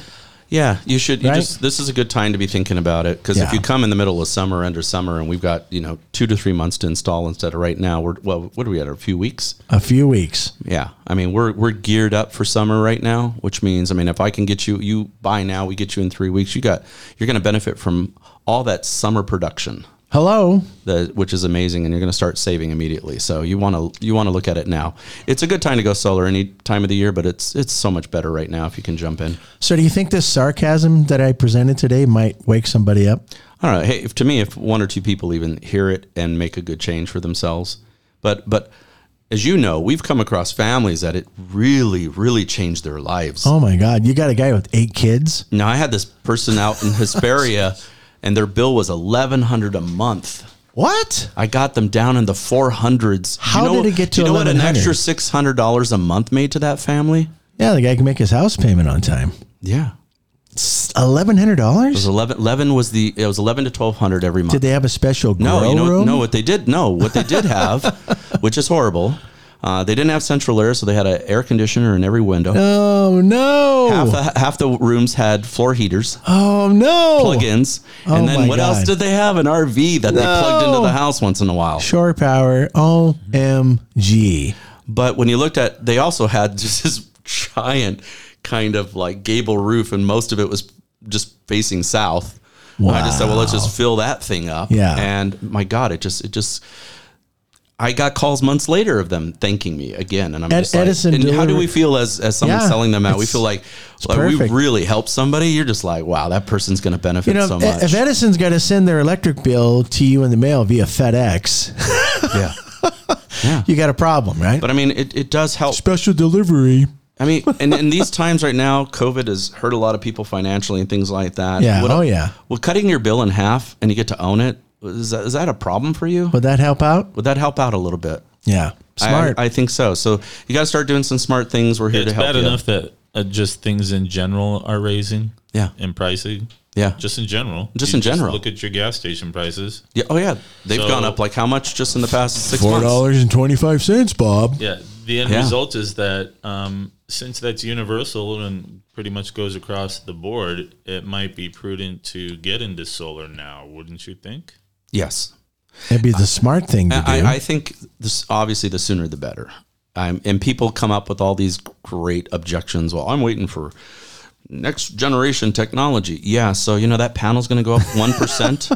Speaker 5: Yeah, you should. You
Speaker 2: Right?
Speaker 5: just this is a good time to be thinking about it because
Speaker 2: Yeah.
Speaker 5: if you come in the middle of summer, under summer, and we've got you know two to three months to install instead of right now, we're well, what are we at? A few weeks?
Speaker 2: A few weeks.
Speaker 5: Yeah, I mean we're we're geared up for summer right now, which means I mean if I can get you you buy now, we get you in three weeks. You got you're going to benefit from all that summer production,
Speaker 2: Hello.
Speaker 5: that which is amazing, and you're going to start saving immediately. So you want to you want to look at it now. It's a good time to go solar any time of the year, but it's it's so much better right now if you can jump in.
Speaker 2: So, do you think this sarcasm that I presented today might wake somebody up?
Speaker 5: I don't know. Hey, if, to me, if one or two people even hear it and make a good change for themselves, but but as you know, we've come across families that it really, really changed their lives.
Speaker 2: Oh my God, you got a guy with eight kids?
Speaker 5: Now, I had this person out in Hesperia, and their bill was eleven hundred a month.
Speaker 2: What?
Speaker 5: I got them down in the four hundreds.
Speaker 2: How did it get to
Speaker 5: Do you know what an
Speaker 2: 1100?
Speaker 5: extra six hundred dollars a month made to that family?
Speaker 2: Yeah, the guy can make his house payment on time.
Speaker 5: Yeah,
Speaker 2: Eleven hundred
Speaker 5: it was
Speaker 2: dollars?
Speaker 5: eleven. Eleven was the it was eleven to twelve hundred every month.
Speaker 2: Did they have a special grow
Speaker 5: No, you know,
Speaker 2: room?
Speaker 5: no. What they did, no, what they did have, which is horrible. Uh, they didn't have central air, so they had an air conditioner in every window.
Speaker 2: Oh no!
Speaker 5: Half, the, half the rooms had floor heaters,
Speaker 2: oh no!
Speaker 5: plug-ins,
Speaker 2: Oh
Speaker 5: and
Speaker 2: my
Speaker 5: then what else
Speaker 2: God.
Speaker 5: did they have? An RV that they plugged into
Speaker 2: No.
Speaker 5: the house once in a while.
Speaker 2: Shore power. OMG!
Speaker 5: But when you looked at, they also had just this giant kind of like gable roof, and most of it was just facing south. I just said, well, let's just fill that thing up.
Speaker 2: Yeah.
Speaker 5: And my God, it just, it just, I got calls months later of them thanking me again, and I'm
Speaker 2: Ed-
Speaker 5: just like,
Speaker 2: Edison
Speaker 5: and how do
Speaker 2: delivered-
Speaker 5: we feel as as someone
Speaker 2: Yeah,
Speaker 5: selling them out? We
Speaker 2: it's-
Speaker 5: feel like,
Speaker 2: it's
Speaker 5: like, we
Speaker 2: perfect.
Speaker 5: really helped somebody. You're just like, wow, that person's going to benefit
Speaker 2: You know, e,
Speaker 5: so
Speaker 2: if-
Speaker 5: much.
Speaker 2: if Edison's got to send their electric bill to you in the mail via FedEx,
Speaker 5: yeah. yeah.
Speaker 2: you got a problem, right?
Speaker 5: But I mean, it, it does help.
Speaker 2: special delivery.
Speaker 5: I mean, and in these times right now, COVID has hurt a lot of people financially and things like that.
Speaker 2: Yeah,
Speaker 5: What-
Speaker 2: oh, yeah.
Speaker 5: Well, cutting your bill in half and you get to own it is that, is that a problem for you?
Speaker 2: Would that help out?
Speaker 5: Would that help out a little bit?
Speaker 2: Yeah,
Speaker 5: I-
Speaker 2: smart.
Speaker 5: I, I think so. So you got to start doing some smart things. We're here
Speaker 3: It's
Speaker 5: to help
Speaker 3: bad
Speaker 5: you.
Speaker 3: enough that uh, just things in general are raising.
Speaker 5: Yeah.
Speaker 3: And pricing.
Speaker 5: Yeah.
Speaker 3: Just in general.
Speaker 5: Just
Speaker 3: You
Speaker 5: in general.
Speaker 3: Look at your gas station prices.
Speaker 5: yeah. Oh yeah. They've
Speaker 3: So-
Speaker 5: gone up like how much just in the past six
Speaker 2: Four
Speaker 5: months?
Speaker 2: dollars and twenty five cents, Bob.
Speaker 3: Yeah. The end
Speaker 5: Yeah.
Speaker 3: result is that um, since that's universal and pretty much goes across the board, it might be prudent to get into solar now, wouldn't you think?
Speaker 5: Yes.
Speaker 2: That'd be the smart thing to do.
Speaker 5: I, I think this obviously the sooner the better. Um, and people come up with all these great objections. Well, I'm waiting for next generation technology. Yeah, so you know that panel's going to go up one percent.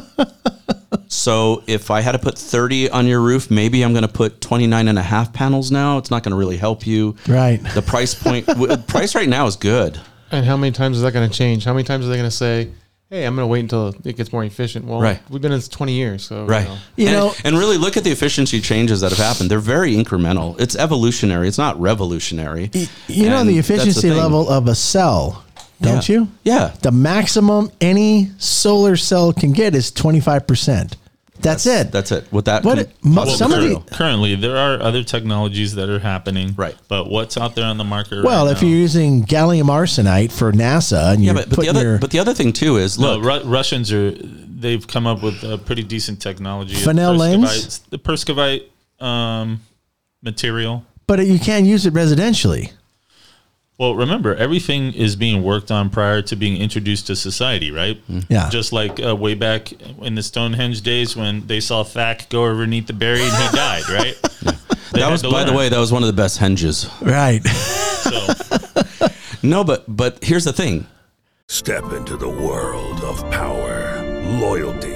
Speaker 5: so if I had to put 30 on your roof, maybe I'm going to put 29 and a half panels now. It's not going to really help you.
Speaker 2: Right.
Speaker 5: The price point w- price right now is good.
Speaker 4: And how many times is that going to change? How many times are they going to say, "Hey, I'm going to wait until it gets more efficient"? Well,
Speaker 5: Right.
Speaker 4: we've been in this 20 years, so you
Speaker 5: Right.
Speaker 4: know.
Speaker 2: You
Speaker 5: and,
Speaker 2: know-
Speaker 5: and really look at the efficiency changes that have happened. They're very incremental. It's evolutionary. It's not revolutionary.
Speaker 2: you know
Speaker 5: And
Speaker 2: the
Speaker 5: that's
Speaker 2: efficiency
Speaker 5: thing.
Speaker 2: level of a cell, don't
Speaker 5: Yeah.
Speaker 2: you?
Speaker 5: Yeah.
Speaker 2: The maximum any solar cell can get is twenty five percent. That's, it.
Speaker 5: That's it. With that,
Speaker 2: What-
Speaker 5: com-
Speaker 2: mo-
Speaker 5: possible
Speaker 2: some of the-
Speaker 5: material.
Speaker 3: Currently, there are other technologies that are happening.
Speaker 5: Right.
Speaker 3: But what's out there on the market?
Speaker 2: well,
Speaker 3: right
Speaker 2: if
Speaker 3: now-
Speaker 2: you're using gallium arsenide for NASA and
Speaker 5: yeah,
Speaker 2: you're
Speaker 5: but, but the
Speaker 2: putting
Speaker 5: other
Speaker 2: your
Speaker 5: but the other thing too is
Speaker 3: no,
Speaker 5: look,
Speaker 3: Ru- Russians are they've come up with a pretty decent technology. of
Speaker 2: Fresnel lens?
Speaker 3: Perscovite- the Perscovite um, material.
Speaker 2: but you can use it residentially.
Speaker 3: Well, remember, everything is being worked on prior to being introduced to society, right?
Speaker 5: Mm-hmm.
Speaker 2: Yeah.
Speaker 3: Just like uh, way back in the Stonehenge days when they saw Thack go underneath the berry and he died, right? They
Speaker 5: that
Speaker 3: had
Speaker 5: was
Speaker 3: to
Speaker 5: by the
Speaker 3: learn.
Speaker 5: way, that was one of the best henges.
Speaker 2: Right.
Speaker 3: So,
Speaker 5: No, but but here's the thing.
Speaker 8: Step into the world of power, loyalty,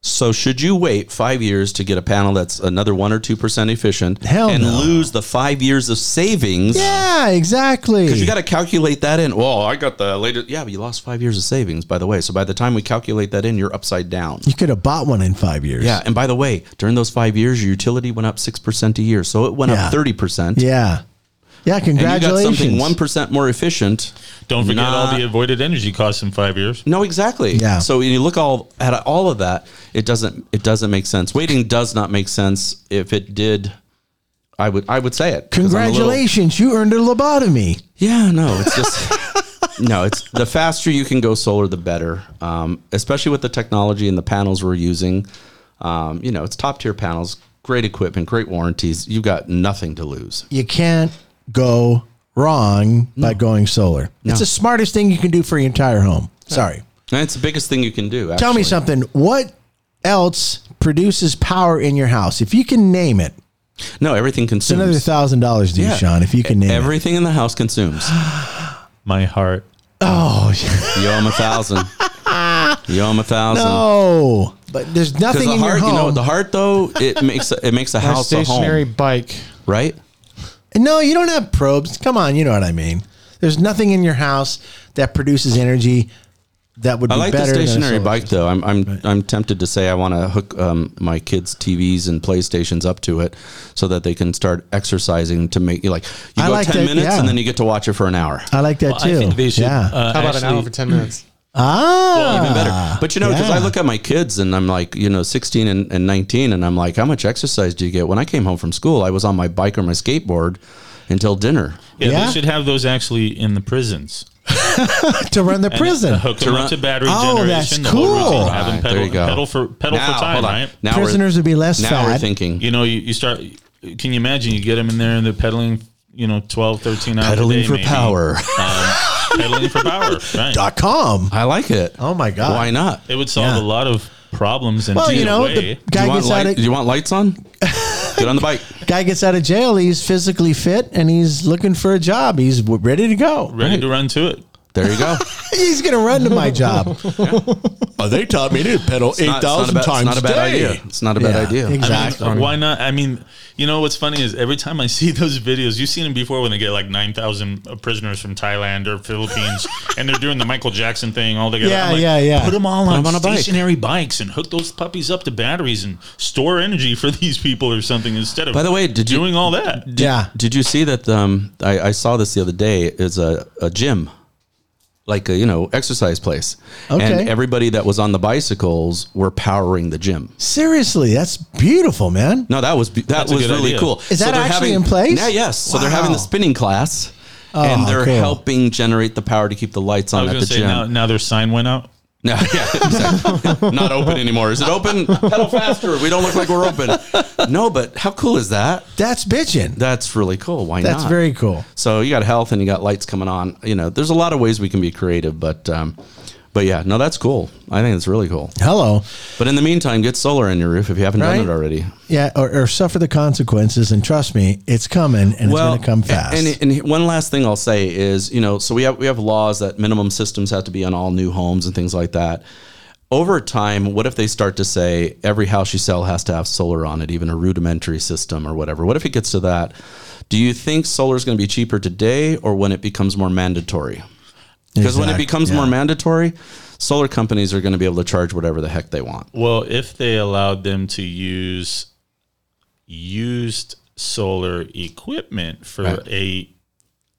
Speaker 5: So should you wait five years to get a panel that's another one or two percent efficient
Speaker 2: Hell
Speaker 5: and
Speaker 2: no.
Speaker 5: lose the five years of savings?
Speaker 2: yeah, exactly.
Speaker 5: Because you got to calculate that in. Well, I got the latest. Yeah, but you lost five years of savings, by the way. So by the time we calculate that in, you're upside down.
Speaker 2: You could have bought one in five years.
Speaker 5: Yeah, and by the way, during those five years, your utility went up six percent a year, so it went
Speaker 2: Yeah.
Speaker 5: up thirty percent.
Speaker 2: Yeah. Yeah.
Speaker 5: and you got
Speaker 2: Congratulations.
Speaker 5: something one percent more efficient.
Speaker 3: don't forget all
Speaker 5: Nah.
Speaker 3: the avoided energy costs in five years.
Speaker 5: No, exactly.
Speaker 2: Yeah.
Speaker 5: So when you look all at all of that, it doesn't it doesn't make sense. Waiting does not make sense. If it did, I would I would say it. 'Cause I'm a little-
Speaker 2: Congratulations, you earned a lobotomy.
Speaker 5: yeah. No, it's just no. It's the faster you can go solar, the better. Um, especially with the technology and the panels we're using. Um, you know, it's top tier panels, great equipment, great warranties. You've got nothing to lose.
Speaker 2: You can't go wrong by going solar. It's the smartest thing you can do for your entire home. Sorry.
Speaker 5: And it's the biggest thing you can do.
Speaker 2: Tell me
Speaker 5: actually.
Speaker 2: something. What else produces power in your house? If you can name it,
Speaker 5: No, everything
Speaker 2: it's another
Speaker 5: consumes.
Speaker 2: thousand dollars to you, Sean. If you can name it.
Speaker 5: Everything in the house consumes.
Speaker 3: My heart.
Speaker 2: Oh
Speaker 5: You owe him a thousand. You owe him a thousand.
Speaker 2: no! But there's
Speaker 5: Because
Speaker 2: nothing
Speaker 5: the
Speaker 2: in your
Speaker 5: heart, you
Speaker 2: home.
Speaker 5: know, the heart though, it makes it makes a
Speaker 4: My
Speaker 5: house a
Speaker 4: stationary
Speaker 5: home,
Speaker 4: bike.
Speaker 5: right?
Speaker 2: no, you don't have probes. Come on, you know what I mean. There's nothing in your house that produces energy that would
Speaker 5: I
Speaker 2: be
Speaker 5: like the
Speaker 2: better. than a
Speaker 5: stationary
Speaker 2: solar
Speaker 5: bike though. I'm I'm I'm tempted to say I want to hook um, my kids' TVs and PlayStations up to it so that they can start exercising to make you like you
Speaker 2: I
Speaker 5: go
Speaker 2: like
Speaker 5: ten
Speaker 2: that,
Speaker 5: minutes
Speaker 2: yeah.
Speaker 5: and then you get to watch it for an hour.
Speaker 2: I like that too.
Speaker 3: I think they should.
Speaker 2: yeah.
Speaker 3: Uh,
Speaker 4: How about an hour
Speaker 3: actually-
Speaker 4: for 10 minutes?
Speaker 2: ah,
Speaker 5: Even better. But you know, because I
Speaker 2: yeah.
Speaker 5: look at my kids and I'm like, you know, 16 and, and 19, and I'm like, how much exercise do you get? When I came home from school, I was on my bike or my skateboard until dinner.
Speaker 3: Yeah,
Speaker 2: Yeah.
Speaker 3: they should have those actually in the prisons.
Speaker 2: to run the prison.
Speaker 3: Uh, hook them
Speaker 5: To
Speaker 3: up
Speaker 5: run-
Speaker 3: to battery
Speaker 2: Oh,
Speaker 3: generation.
Speaker 2: that's
Speaker 3: the whole routine.
Speaker 2: cool.
Speaker 3: Have them
Speaker 5: Alright,
Speaker 3: pedal,
Speaker 5: Ah, there you go.
Speaker 3: pedal for pedal for time,
Speaker 5: hold on.
Speaker 3: right?
Speaker 5: we're-
Speaker 2: Prisoners would be less
Speaker 5: now We're
Speaker 2: fat.
Speaker 5: thinking
Speaker 3: you know you, you start can you imagine you get them in there and they're pedaling you know 12 13 hours a
Speaker 5: Pedaling
Speaker 3: day
Speaker 5: for
Speaker 3: maybe.
Speaker 5: power.
Speaker 3: um, pedaling for power right
Speaker 2: dot com.
Speaker 5: I like it.
Speaker 2: Oh my God.
Speaker 5: Why not?
Speaker 3: it would solve a lot of problems and
Speaker 2: Well, you know,
Speaker 3: way.
Speaker 2: the
Speaker 5: Do you,
Speaker 2: guy
Speaker 5: want
Speaker 2: gets out
Speaker 5: light,
Speaker 2: of
Speaker 5: do you want lights on? Get on the bike.
Speaker 2: guy gets out of jail. He's physically fit and he's looking for a job. He's w- ready to go.
Speaker 3: ready to run to it
Speaker 5: There you go.
Speaker 2: He's gonna run to my job.
Speaker 9: Oh, they taught me to pedal
Speaker 5: It's not- it's not a bad- It's not a bad idea. It's not a bad
Speaker 2: Yeah,
Speaker 5: idea.
Speaker 2: exactly.
Speaker 3: I mean, uh, why not i mean you know what's funny is every time i see those videos you've seen them before when they get like 9000 prisoners from thailand or philippines and they're doing the michael jackson thing all together
Speaker 2: Yeah,
Speaker 3: I'm like,
Speaker 2: yeah, yeah.
Speaker 3: put them all on,
Speaker 5: 'em on a bike.
Speaker 3: stationary bikes and hook those puppies up to batteries and store energy for these people or something instead of
Speaker 5: By the way, did you-
Speaker 3: doing all that
Speaker 2: yeah.
Speaker 5: Did you see that? Um, I, I saw this the other day. Is a, a gym, like a you know exercise place,
Speaker 2: Okay.
Speaker 5: and everybody that was on the bicycles were powering the gym.
Speaker 2: Seriously, that's beautiful, man.
Speaker 5: No, that was be- that
Speaker 3: a
Speaker 5: was
Speaker 3: good
Speaker 5: really
Speaker 3: idea.
Speaker 5: cool.
Speaker 2: Is that
Speaker 5: they're
Speaker 2: actually in place?
Speaker 5: Yeah, yes. So they're having
Speaker 2: Wow.
Speaker 5: the spinning class,
Speaker 2: Oh,
Speaker 5: and they're
Speaker 2: cool.
Speaker 5: helping generate the power to keep the lights
Speaker 3: i
Speaker 5: on
Speaker 3: was
Speaker 5: at
Speaker 3: going
Speaker 5: the
Speaker 3: to say
Speaker 5: gym.
Speaker 3: now, now their sign went out
Speaker 5: Yeah, yeah, exactly. Not open anymore. Is it open? Pedal faster. We don't look like we're open. No, but how cool is that?
Speaker 2: That's bitching.
Speaker 5: That's really cool. Why not?
Speaker 2: That's very cool.
Speaker 5: So you got health and you got lights coming on. You know, there's a lot of ways we can be creative, but um, but yeah, no, that's cool. I think it's really cool.
Speaker 2: Hello.
Speaker 5: But in the meantime, get solar on your roof if you haven't
Speaker 2: Right?
Speaker 5: done it already.
Speaker 2: Yeah, or, or suffer the consequences. And trust me, it's coming and it's going to come fast.
Speaker 5: And, and one last thing I'll say is, you know, so we have we have laws that minimum systems have to be on all new homes and things like that. Over time, what if they start to say every house you sell has to have solar on it, even a rudimentary system or whatever? What if it gets to that? Do you think solar is going to be cheaper today or when it becomes more mandatory? Because when it
Speaker 3: Exact-
Speaker 5: becomes more mandatory, solar companies are going to be able to charge whatever the heck they want.
Speaker 3: Well, if they allowed them to use used solar equipment for
Speaker 5: Right.
Speaker 3: a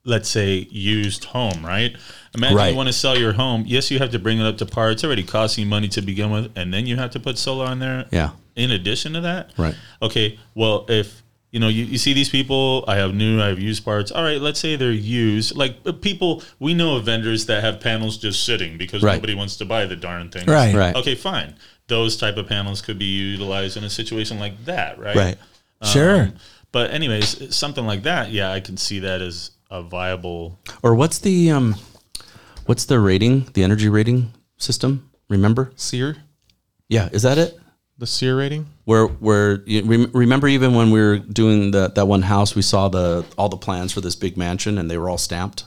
Speaker 3: let's say used home, right? Imagine
Speaker 5: Right.
Speaker 3: you want to sell your home. Yes, you have to bring it up to par. It's already costing you money to begin with, and then you have to put solar on there.
Speaker 5: Yeah.
Speaker 3: In addition to that.
Speaker 5: Right.
Speaker 3: Okay. Well, if you know, you, you see these people, I have new, I have used parts. All right, let's say they're used. Like uh, people, we know of vendors that have panels just sitting because
Speaker 5: Right.
Speaker 3: nobody wants to buy the darn thing.
Speaker 5: Right. Right.
Speaker 3: Okay, fine. Those type of panels could be utilized in a situation like that, right?
Speaker 5: Right.
Speaker 2: Sure.
Speaker 3: But anyways, something like that, yeah, I can see that as a viable.
Speaker 5: Or what's the um, what's the rating? The energy rating system? Remember?
Speaker 4: SEER?
Speaker 5: Yeah, is that it?
Speaker 4: The SEER rating?
Speaker 5: Where where you rem- remember even when we were doing the, that one house, we saw the all the plans for this big mansion and they were all stamped.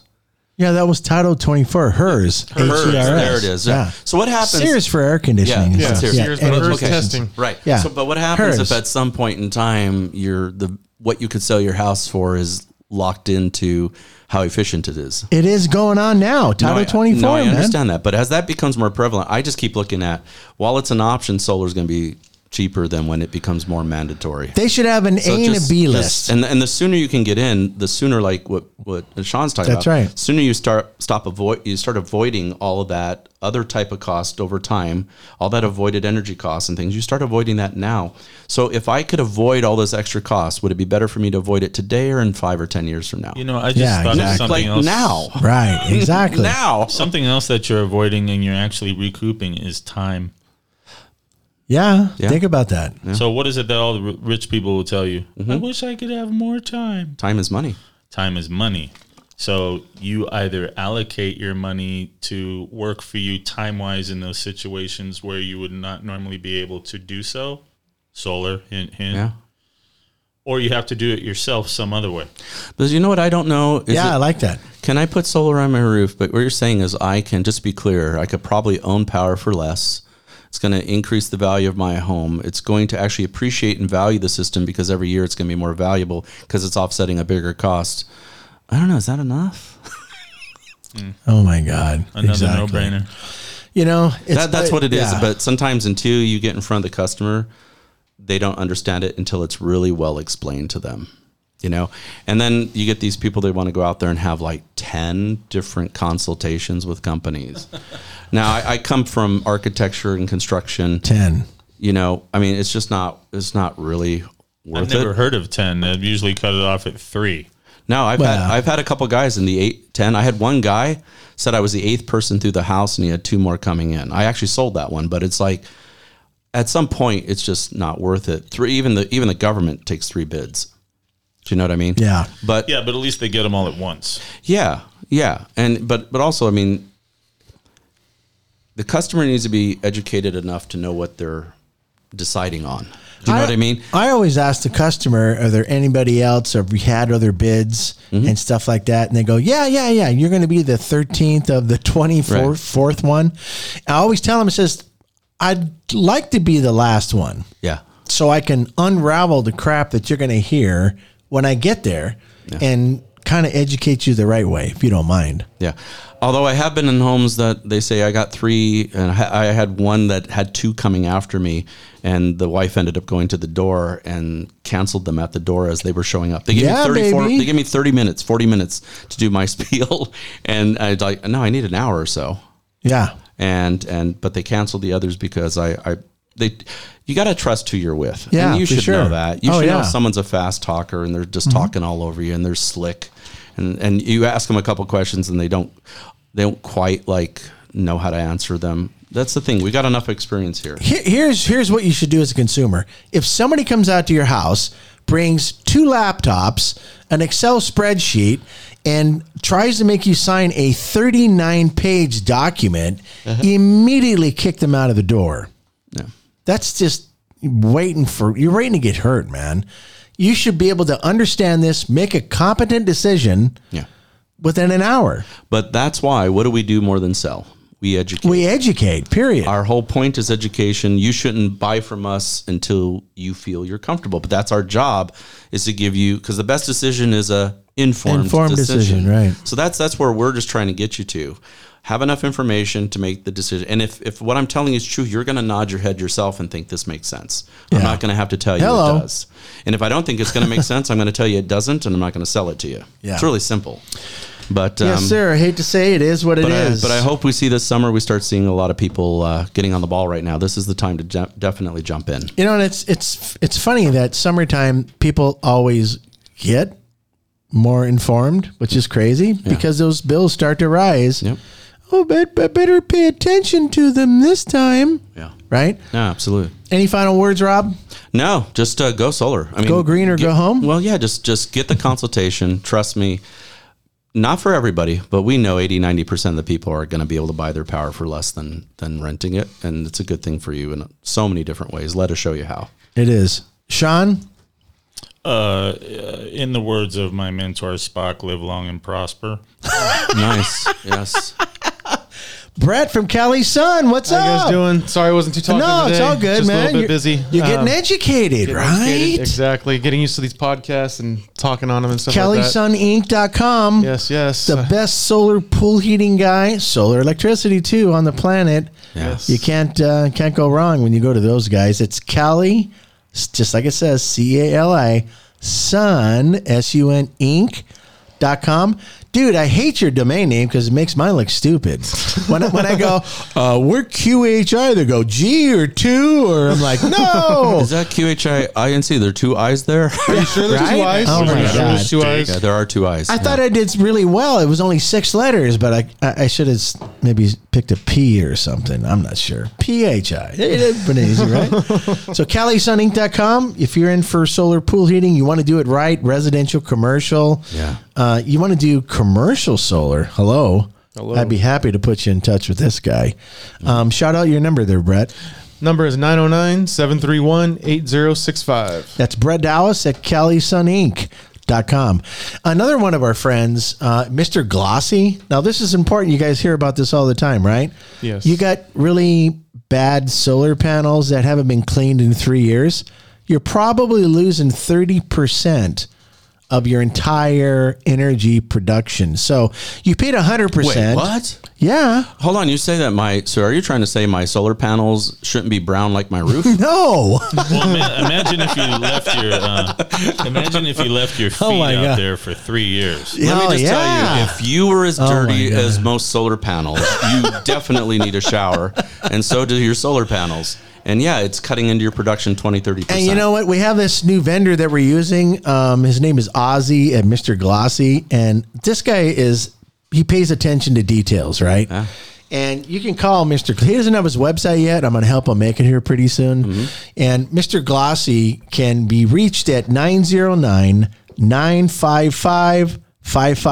Speaker 2: yeah, that was title 24, hers. E
Speaker 5: Hers,
Speaker 2: HERS.
Speaker 5: E there it is. Yeah. So what happens-
Speaker 2: Sears for air conditioning. and
Speaker 5: Yeah,
Speaker 2: stuff.
Speaker 5: Sears. Sears, but
Speaker 2: energy
Speaker 5: hers
Speaker 2: efficiency.
Speaker 5: testing. Right.
Speaker 2: Yeah.
Speaker 5: So, but what happens
Speaker 2: Hers.
Speaker 5: if at some point in time you're the what you could sell your house for is locked into how efficient it is?
Speaker 2: It is going on now.
Speaker 5: No,
Speaker 2: Title
Speaker 5: I-
Speaker 2: 24,
Speaker 5: No, I
Speaker 2: man.
Speaker 5: understand that, but as that becomes more prevalent, I just keep looking at while it's an option, solar is going to be cheaper than when it becomes more mandatory.
Speaker 2: They should have an
Speaker 5: So
Speaker 2: A and a
Speaker 5: just-
Speaker 2: B
Speaker 5: just-
Speaker 2: list.
Speaker 5: and and the sooner you can get in, the sooner like what what Sean's talking
Speaker 2: That's
Speaker 5: about.
Speaker 2: right.
Speaker 5: Sooner you start stop avoid you start avoiding all of that other type of cost over time, all that avoided energy costs and things. You start avoiding that now. So if I could avoid all those extra costs, would it be better for me to avoid it today or in five or ten years from now?
Speaker 3: You know, I just thought of something
Speaker 5: like
Speaker 3: else
Speaker 5: now.
Speaker 2: Right, exactly.
Speaker 5: now,
Speaker 3: something else that you're avoiding and you're actually recouping is time.
Speaker 2: yeah,
Speaker 3: Yeah.
Speaker 2: Think about that.
Speaker 3: So what is it that all the ri- rich people will tell you?
Speaker 5: Mm-hmm.
Speaker 3: I wish I could have more time.
Speaker 5: Time is money.
Speaker 3: Time is money. So you either allocate your money to work for you time wise in those situations where you would not normally be able to do so, solar hint hint,
Speaker 5: Yeah.
Speaker 3: or you have to do it yourself some other way.
Speaker 5: But you know what I don't know?
Speaker 3: Yeah, I
Speaker 2: like that.
Speaker 5: Can I put solar on my roof? But what you're saying is I can just be clear. I could probably own power for less. It's going to increase the value of my home. It's going to actually appreciate and value the system because every year it's going to be more valuable because it's offsetting a bigger cost. I don't know. Is that enough?
Speaker 2: Oh my God.
Speaker 5: Another
Speaker 3: no-brainer.
Speaker 2: You know,
Speaker 5: that, that's what it is.
Speaker 2: yeah.
Speaker 5: But sometimes, until you get in front of the customer, they don't understand it until it's really well explained to them. You know, and then you get these people they want to go out there and have like ten different consultations with companies. now, I, I come from architecture and construction.
Speaker 2: Ten.
Speaker 5: You know, I mean, it's just not. It's not really worth
Speaker 3: I've never
Speaker 5: it.
Speaker 3: heard of ten. I've usually cut it off at three.
Speaker 5: No, I've had
Speaker 3: Well-
Speaker 5: I've had a couple guys in the eight ten. I had one guy said I was the eighth person through the house, and he had two more coming in. I actually sold that one, but it's like at some point it's just not worth it. Three even the even the government takes three bids. Do you know what I mean?
Speaker 2: Yeah.
Speaker 5: But
Speaker 3: yeah, but at least they get them all at once.
Speaker 5: Yeah, yeah, and but but also, I mean, the customer needs to be educated enough to know what they're deciding on. Do you know what I mean?
Speaker 2: I always ask the customer, are there anybody else? Or have we had other bids
Speaker 5: Mm-hmm.
Speaker 2: and stuff like that? And they go, yeah, yeah, yeah. You're going to be the 13th of the 24th
Speaker 5: Right.
Speaker 2: fourth one. I always tell them, it says, I'd like to be the last one.
Speaker 5: Yeah.
Speaker 2: So I can unravel the crap that you're going to hear when I get there and kind of educate you the right way, if you don't mind.
Speaker 5: Yeah. Although I have been in homes that they say I got three, and I ha- I had one that had two coming after me, and the wife ended up going to the door and canceled them at the door as they were showing up. They gave
Speaker 2: Yeah,
Speaker 5: me
Speaker 2: baby.
Speaker 5: They gave me thirty minutes, forty minutes to do my spiel, and I was like, no, I need an hour or so.
Speaker 2: Yeah.
Speaker 5: And and but they canceled the others because I I they you got to trust who you're with.
Speaker 2: Yeah,
Speaker 5: and you
Speaker 2: for
Speaker 5: should
Speaker 2: sure.
Speaker 5: know that. You
Speaker 2: Oh,
Speaker 5: should know
Speaker 2: yeah.
Speaker 5: if someone's a fast talker and they're just
Speaker 2: Mhm.
Speaker 5: talking all over you and they're slick, and and you ask them a couple questions and they don't they don't quite like know how to answer them. That's the thing. We got enough experience here.
Speaker 2: Here- here's here's what you should do as a consumer. If somebody comes out to your house, brings two laptops, an Excel spreadsheet, and tries to make you sign a 39 page document, immediately kick them out of the door.
Speaker 5: Uh-huh. Yeah.
Speaker 2: That's just waiting for you're waiting to get hurt, man. You should be able to understand this, make a competent decision
Speaker 5: Yeah.
Speaker 2: within an hour.
Speaker 5: But that's why, what do we do more than sell? We educate.
Speaker 2: We educate, period.
Speaker 5: Our whole point is education. You shouldn't buy from us until you feel you're comfortable. But that's our job is to give you because the best decision is a informed,
Speaker 2: Informed decision, right.
Speaker 5: So that's that's where we're just trying to get you to have enough information to make the decision. And if if what I'm telling you is true, you're going to nod your head yourself and think this makes sense. I'm
Speaker 2: Yeah.
Speaker 5: not going to have to tell you
Speaker 2: Hello.
Speaker 5: it does. And if I don't think it's going to make sense, I'm going to tell you it doesn't, and I'm not going to sell it to you.
Speaker 2: Yeah.
Speaker 5: It's really simple. But
Speaker 2: yes,
Speaker 5: um,
Speaker 2: sir. I hate to say it is what it
Speaker 5: but I,
Speaker 2: is.
Speaker 5: but I hope we see this summer we start seeing a lot of people uh, getting on the ball right now. This is the time to de- definitely jump in.
Speaker 2: You know, and it's it's it's funny that summertime people always get more informed, which is crazy because those bills start to rise. Oh, but I better pay attention to them this time,
Speaker 5: Yeah.
Speaker 2: right?
Speaker 5: No, absolutely.
Speaker 2: Any final words, Rob?
Speaker 5: No, just uh, go solar. I mean,
Speaker 2: Go green or go home?
Speaker 5: Well, yeah, just just get the consultation. Trust me. Not for everybody, but we know 80, 90% of the people are going to be able to buy their power for less than than renting it. And it's a good thing for you in so many different ways. Let us show you how.
Speaker 2: It is. Sean,
Speaker 3: Uh, in the words of my mentor Spock, live long and prosper.
Speaker 5: nice. Yes.
Speaker 2: Brett from Cali Sun, what's
Speaker 4: How you
Speaker 2: up?
Speaker 4: guys doing? Sorry, I wasn't too talkative.
Speaker 2: Oh. No, it's
Speaker 4: today.
Speaker 2: all good,
Speaker 4: Just
Speaker 2: man.
Speaker 4: A little bit
Speaker 2: You're-
Speaker 4: busy. Um,
Speaker 2: you're getting educated, right?
Speaker 4: Exactly. Getting used to these podcasts and talking on them and stuff. like that.
Speaker 2: CaliSunInc.com.
Speaker 4: Yes, yes.
Speaker 2: The best solar pool heating guy, solar electricity too on the planet.
Speaker 4: Yes.
Speaker 2: You can't uh, can't go wrong when you go to those guys. It's Cali, s- just like it says, C A L I Sun S U N Inc. Dot com. Dude, I hate your domain name because it makes mine look stupid. When I, when I go, uh, we're QHI, they go G or two, or I'm like, no.
Speaker 5: Is that QHI INC? There are two eyes there?
Speaker 4: Are you sure there's two
Speaker 2: Right?
Speaker 4: eyes?
Speaker 2: Oh
Speaker 4: Are
Speaker 2: my
Speaker 4: you sure there's
Speaker 2: God.
Speaker 4: two eyes?
Speaker 5: Yeah, there are two eyes.
Speaker 2: I thought I did really well. It was only six letters, but I I, I should have s- maybe picked a P or something. I'm not sure. P H I. It is pretty easy, right? so CaliSunInc.com. If you're in for solar pool heating, you want to do it right. Residential, commercial.
Speaker 5: Yeah.
Speaker 2: Uh, you want to do commercial solar. Hello.
Speaker 4: Hello.
Speaker 2: I'd be happy to put you in touch with this guy. Um, shout out your number there, Brett.
Speaker 4: Number is 909 731 8065.
Speaker 2: That's Brett Dallas at CaliSunInc.com. Another one of our friends, uh, Mr. Glossy. Now, this is important. You guys hear about this all the time, right?
Speaker 4: Yes.
Speaker 2: You got really bad solar panels that haven't been cleaned in three years. You're probably losing 30% of your entire energy production. So you paid 100%.
Speaker 5: Wait, what?
Speaker 2: Yeah.
Speaker 5: Hold on, you say that my so are you trying to say my solar panels shouldn't be brown like my roof?
Speaker 2: No.
Speaker 3: Well, ima- imagine if you left your uh, imagine if you left your feet
Speaker 2: Oh my
Speaker 3: out
Speaker 2: God.
Speaker 3: there for three years.
Speaker 5: Let me
Speaker 2: Oh,
Speaker 5: just tell
Speaker 2: yeah.
Speaker 5: you, if you were as
Speaker 2: Oh my
Speaker 5: dirty
Speaker 2: God.
Speaker 5: as most solar panels, you definitely need a shower, and so do your solar panels. And yeah, it's cutting into your production 20, 30 percent.
Speaker 2: And you know what? We have this new vendor that we're using. Um, his name is Ozzy at Mr. Glossy. And this guy is, he pays attention to details, right? And you can call Mr. He doesn't have his website yet. I'm going to help him make it here pretty soon.
Speaker 5: Mm-hmm.
Speaker 2: And Mr. Glossy can be reached at 909 955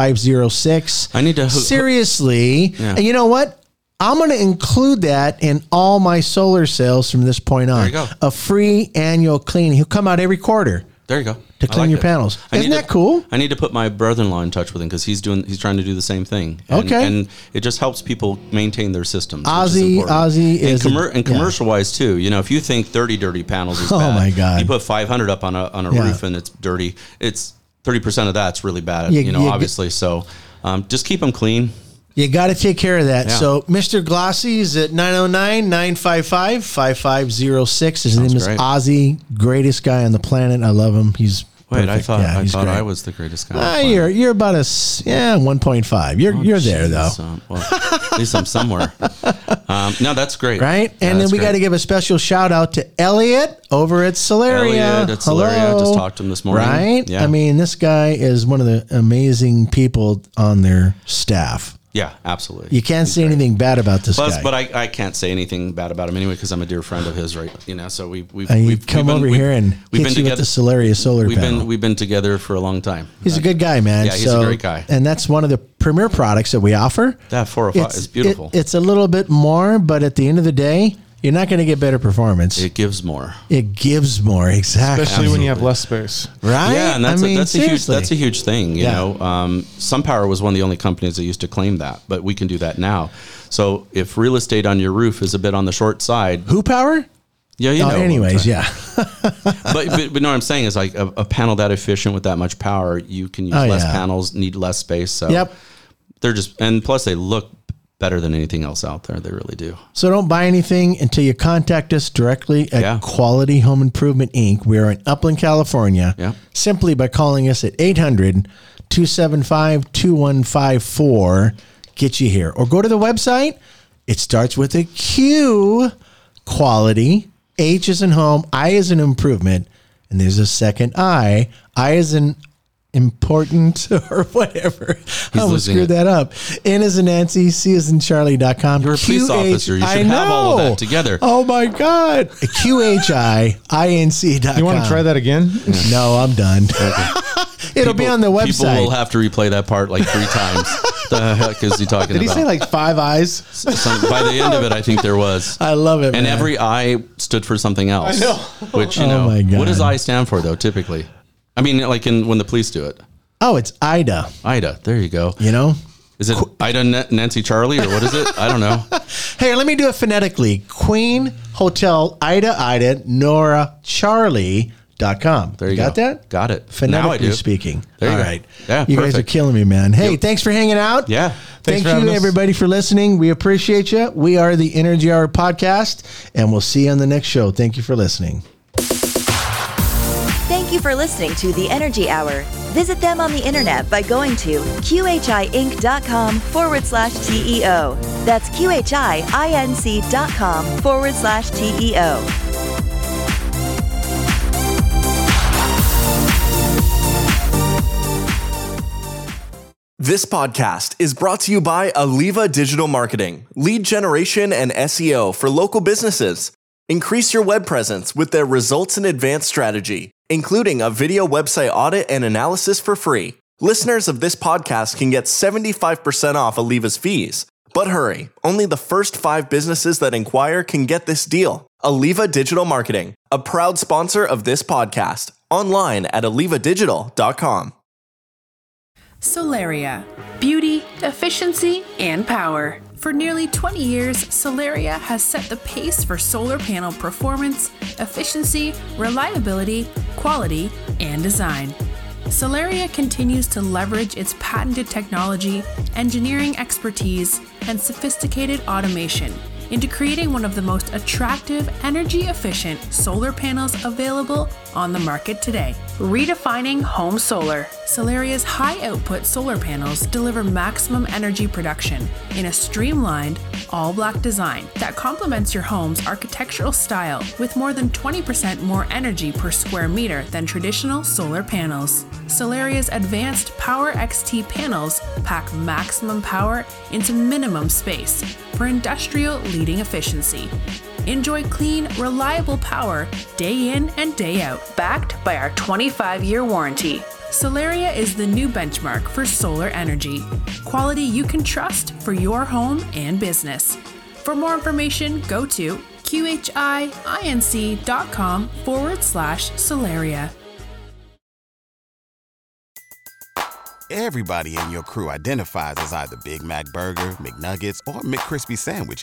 Speaker 2: 5506.
Speaker 5: I need to hook-
Speaker 2: Seriously. And you know what? I'm going to include that in all my solar sales from this point on.
Speaker 5: you go.
Speaker 2: A free annual cleaning. He'll come out every quarter.
Speaker 5: there you go.
Speaker 2: To
Speaker 5: I
Speaker 2: clean your
Speaker 5: it.
Speaker 2: panels.
Speaker 5: I
Speaker 2: Isn't
Speaker 5: need to-
Speaker 2: that cool?
Speaker 5: I need to put my brother-in-law in touch with him because he's doing he's trying to do the same thing. And,
Speaker 2: Okay.
Speaker 5: and it just helps people maintain their systems. which is
Speaker 2: Ozzy-
Speaker 5: important.
Speaker 2: Ozzy
Speaker 5: and
Speaker 2: is a-
Speaker 5: commer- and
Speaker 2: yeah.
Speaker 5: commercial wise too. You know, if you think 30 dirty panels is
Speaker 2: Oh
Speaker 5: bad,
Speaker 2: my God.
Speaker 5: you put 500 up on a on a
Speaker 2: Yeah.
Speaker 5: roof and it's dirty. It's 30 percent of that's really bad.
Speaker 2: You-
Speaker 5: You, know,
Speaker 2: you-
Speaker 5: obviously. So um, just keep them clean.
Speaker 2: You got to take care of that.
Speaker 5: Yeah.
Speaker 2: So, Mr. Glossy is at 909 955 5506. His name is
Speaker 5: great.
Speaker 2: Ozzy. Greatest guy on the planet. I love him. He's.
Speaker 5: Wait, I
Speaker 2: perfect.
Speaker 5: thought
Speaker 2: Yeah,
Speaker 5: I
Speaker 2: he's
Speaker 5: thought
Speaker 2: great.
Speaker 5: I was the greatest guy. on the
Speaker 2: Ah,
Speaker 5: planet.
Speaker 2: you're you're about a s- yeah 1.5.
Speaker 5: Oh,
Speaker 2: You're you're there though.
Speaker 5: So, um, well, at least I'm somewhere. Um, no, that's great.
Speaker 2: Right?
Speaker 5: Yeah,
Speaker 2: and then
Speaker 5: that's
Speaker 2: we got to
Speaker 5: great.
Speaker 2: give a special shout out to Elliot over at Solaria.
Speaker 5: Elliot at Solaria. Just talked to him this morning.
Speaker 2: Right?
Speaker 5: Yeah.
Speaker 2: I mean, this guy is one of the amazing people on their staff.
Speaker 5: Yeah, absolutely.
Speaker 2: You can't say anything bad about this
Speaker 5: Plus,
Speaker 2: guy.
Speaker 5: but I, I can't say anything bad about him anyway because I'm a dear friend of his, right? You know, so we we've,
Speaker 2: and
Speaker 5: we've
Speaker 2: he'd Uh, come
Speaker 5: we've been-
Speaker 2: over
Speaker 5: we've-
Speaker 2: here and hit
Speaker 5: we've been
Speaker 2: you with
Speaker 5: together.
Speaker 2: the Solaria solar
Speaker 5: we've
Speaker 2: panel.
Speaker 5: been we've been together for a long time.
Speaker 2: he's a good guy, man.
Speaker 5: Yeah, he's a
Speaker 2: so,
Speaker 5: great guy.
Speaker 2: And that's one of the premier products that we offer.
Speaker 5: That four or five is beautiful.
Speaker 2: it- it's a little bit more, but at the end of the day, you're not going to get better performance.
Speaker 5: It gives more.
Speaker 2: It gives more, exactly.
Speaker 4: Especially when you have less space.
Speaker 2: Right?
Speaker 5: Yeah, and that's
Speaker 2: I mean,
Speaker 5: a, that's
Speaker 2: seriously.
Speaker 5: a huge that's a huge thing. You
Speaker 2: Yeah.
Speaker 5: know, um, SunPower was one of the only companies that used to claim that, but we can do that now. So if real estate on your roof is a bit on the short side,
Speaker 2: who power?
Speaker 5: Yeah, you
Speaker 2: Oh,
Speaker 5: know.
Speaker 2: anyways, yeah.
Speaker 5: but, but but no, what I'm saying is like a, a panel that efficient with that much power, you can use
Speaker 2: Oh,
Speaker 5: less
Speaker 2: yeah.
Speaker 5: panels, need less space. So
Speaker 2: Yep.
Speaker 5: they're just and plus they look better than anything else out there. They really do.
Speaker 2: So don't buy anything until you contact us directly at Quality Home Improvement Inc. We are in Upland, California. Simply by calling us at 800 275 2154, get you here. Or go to the website. It starts with a Q quality, H is in home, I is an improvement, and there's a second I. I is an important or whatever. I almost
Speaker 5: losing
Speaker 2: screwed
Speaker 5: it.
Speaker 2: that up. N is in Nancy, C is in Charlie.com. You're
Speaker 5: a police officer. You should have all of that together.
Speaker 2: Oh my God. Q H I I N C dot
Speaker 4: You want to try that again?
Speaker 2: No, I'm done. It'll be
Speaker 5: People-
Speaker 2: on the
Speaker 5: People
Speaker 2: website.
Speaker 5: will have to replay that part like three times. the heck is he talking
Speaker 2: Did he
Speaker 5: about?
Speaker 2: say, like,
Speaker 4: five eyes?
Speaker 5: Some, by the end of it, I think there was.
Speaker 2: I love it.
Speaker 5: And
Speaker 2: man.
Speaker 5: every I stood for something else.
Speaker 2: I know.
Speaker 5: Which you
Speaker 2: Oh
Speaker 5: know,
Speaker 2: my
Speaker 5: what does
Speaker 2: God.
Speaker 5: I stand for though? Typically, I mean, like in when the police do it.
Speaker 2: Oh, it's Ida.
Speaker 5: Ida, there you go.
Speaker 2: You know,
Speaker 5: is it Ida N- Nancy Charlie or what is it? I don't know.
Speaker 2: Hey, let me do it phonetically. Queen Hotel Ida Ida Nora Charlie dot com.
Speaker 5: There you
Speaker 2: got
Speaker 5: go.
Speaker 2: that?
Speaker 5: Got it.
Speaker 2: Phonetically
Speaker 5: Now I do.
Speaker 2: speaking.
Speaker 5: There you
Speaker 2: All
Speaker 5: go.
Speaker 2: right.
Speaker 5: Yeah,
Speaker 2: you guys are
Speaker 5: perfect.
Speaker 2: killing me, man. Hey, thanks for hanging out.
Speaker 5: Yeah.
Speaker 2: Thank
Speaker 4: for having
Speaker 2: you,
Speaker 4: us.
Speaker 2: everybody, for listening. We appreciate you. We are the Energy Hour podcast, and we'll see you on the next show. Thank you for listening.
Speaker 1: Thank you for listening to The Energy Hour. Visit them on the internet by going to qhiinc.com forward slash TEO. That's qhiinc.com forward slash E TEO.
Speaker 10: This podcast is brought to you by Aliva Digital Marketing, lead generation and SEO for local businesses. Increase your web presence with their results in advance strategy, including a video website audit and analysis for free. Listeners of this podcast can get 75% off Aliva's fees. But hurry, only the first five businesses that inquire can get this deal. Aliva Digital Marketing, a proud sponsor of this podcast, online at alivadigital.com.
Speaker 11: Solaria. Beauty, efficiency, and power. For nearly 20 years, Solaria has set the pace for solar panel performance, efficiency, reliability, quality, and design. Solaria continues to leverage its patented technology, engineering expertise, and sophisticated automation into creating one of the most attractive, energy efficient solar panels available on the market today. Redefining home solar. Solaria's high output solar panels deliver maximum energy production in a streamlined, all black design that complements your home's architectural style with more than 20% more energy per square meter than traditional solar panels. Solaria's advanced Power XT panels pack maximum power into minimum space for industrial leading efficiency. Enjoy clean, reliable power day in and day out, backed by our 25 year warranty. Solaria is the new benchmark for solar energy, quality you can trust for your home and business. For more information, go to qhiinc.com forward slash Solaria.
Speaker 12: Everybody in your crew identifies as either Big Mac Burger, McNuggets, or McCrispy Sandwich.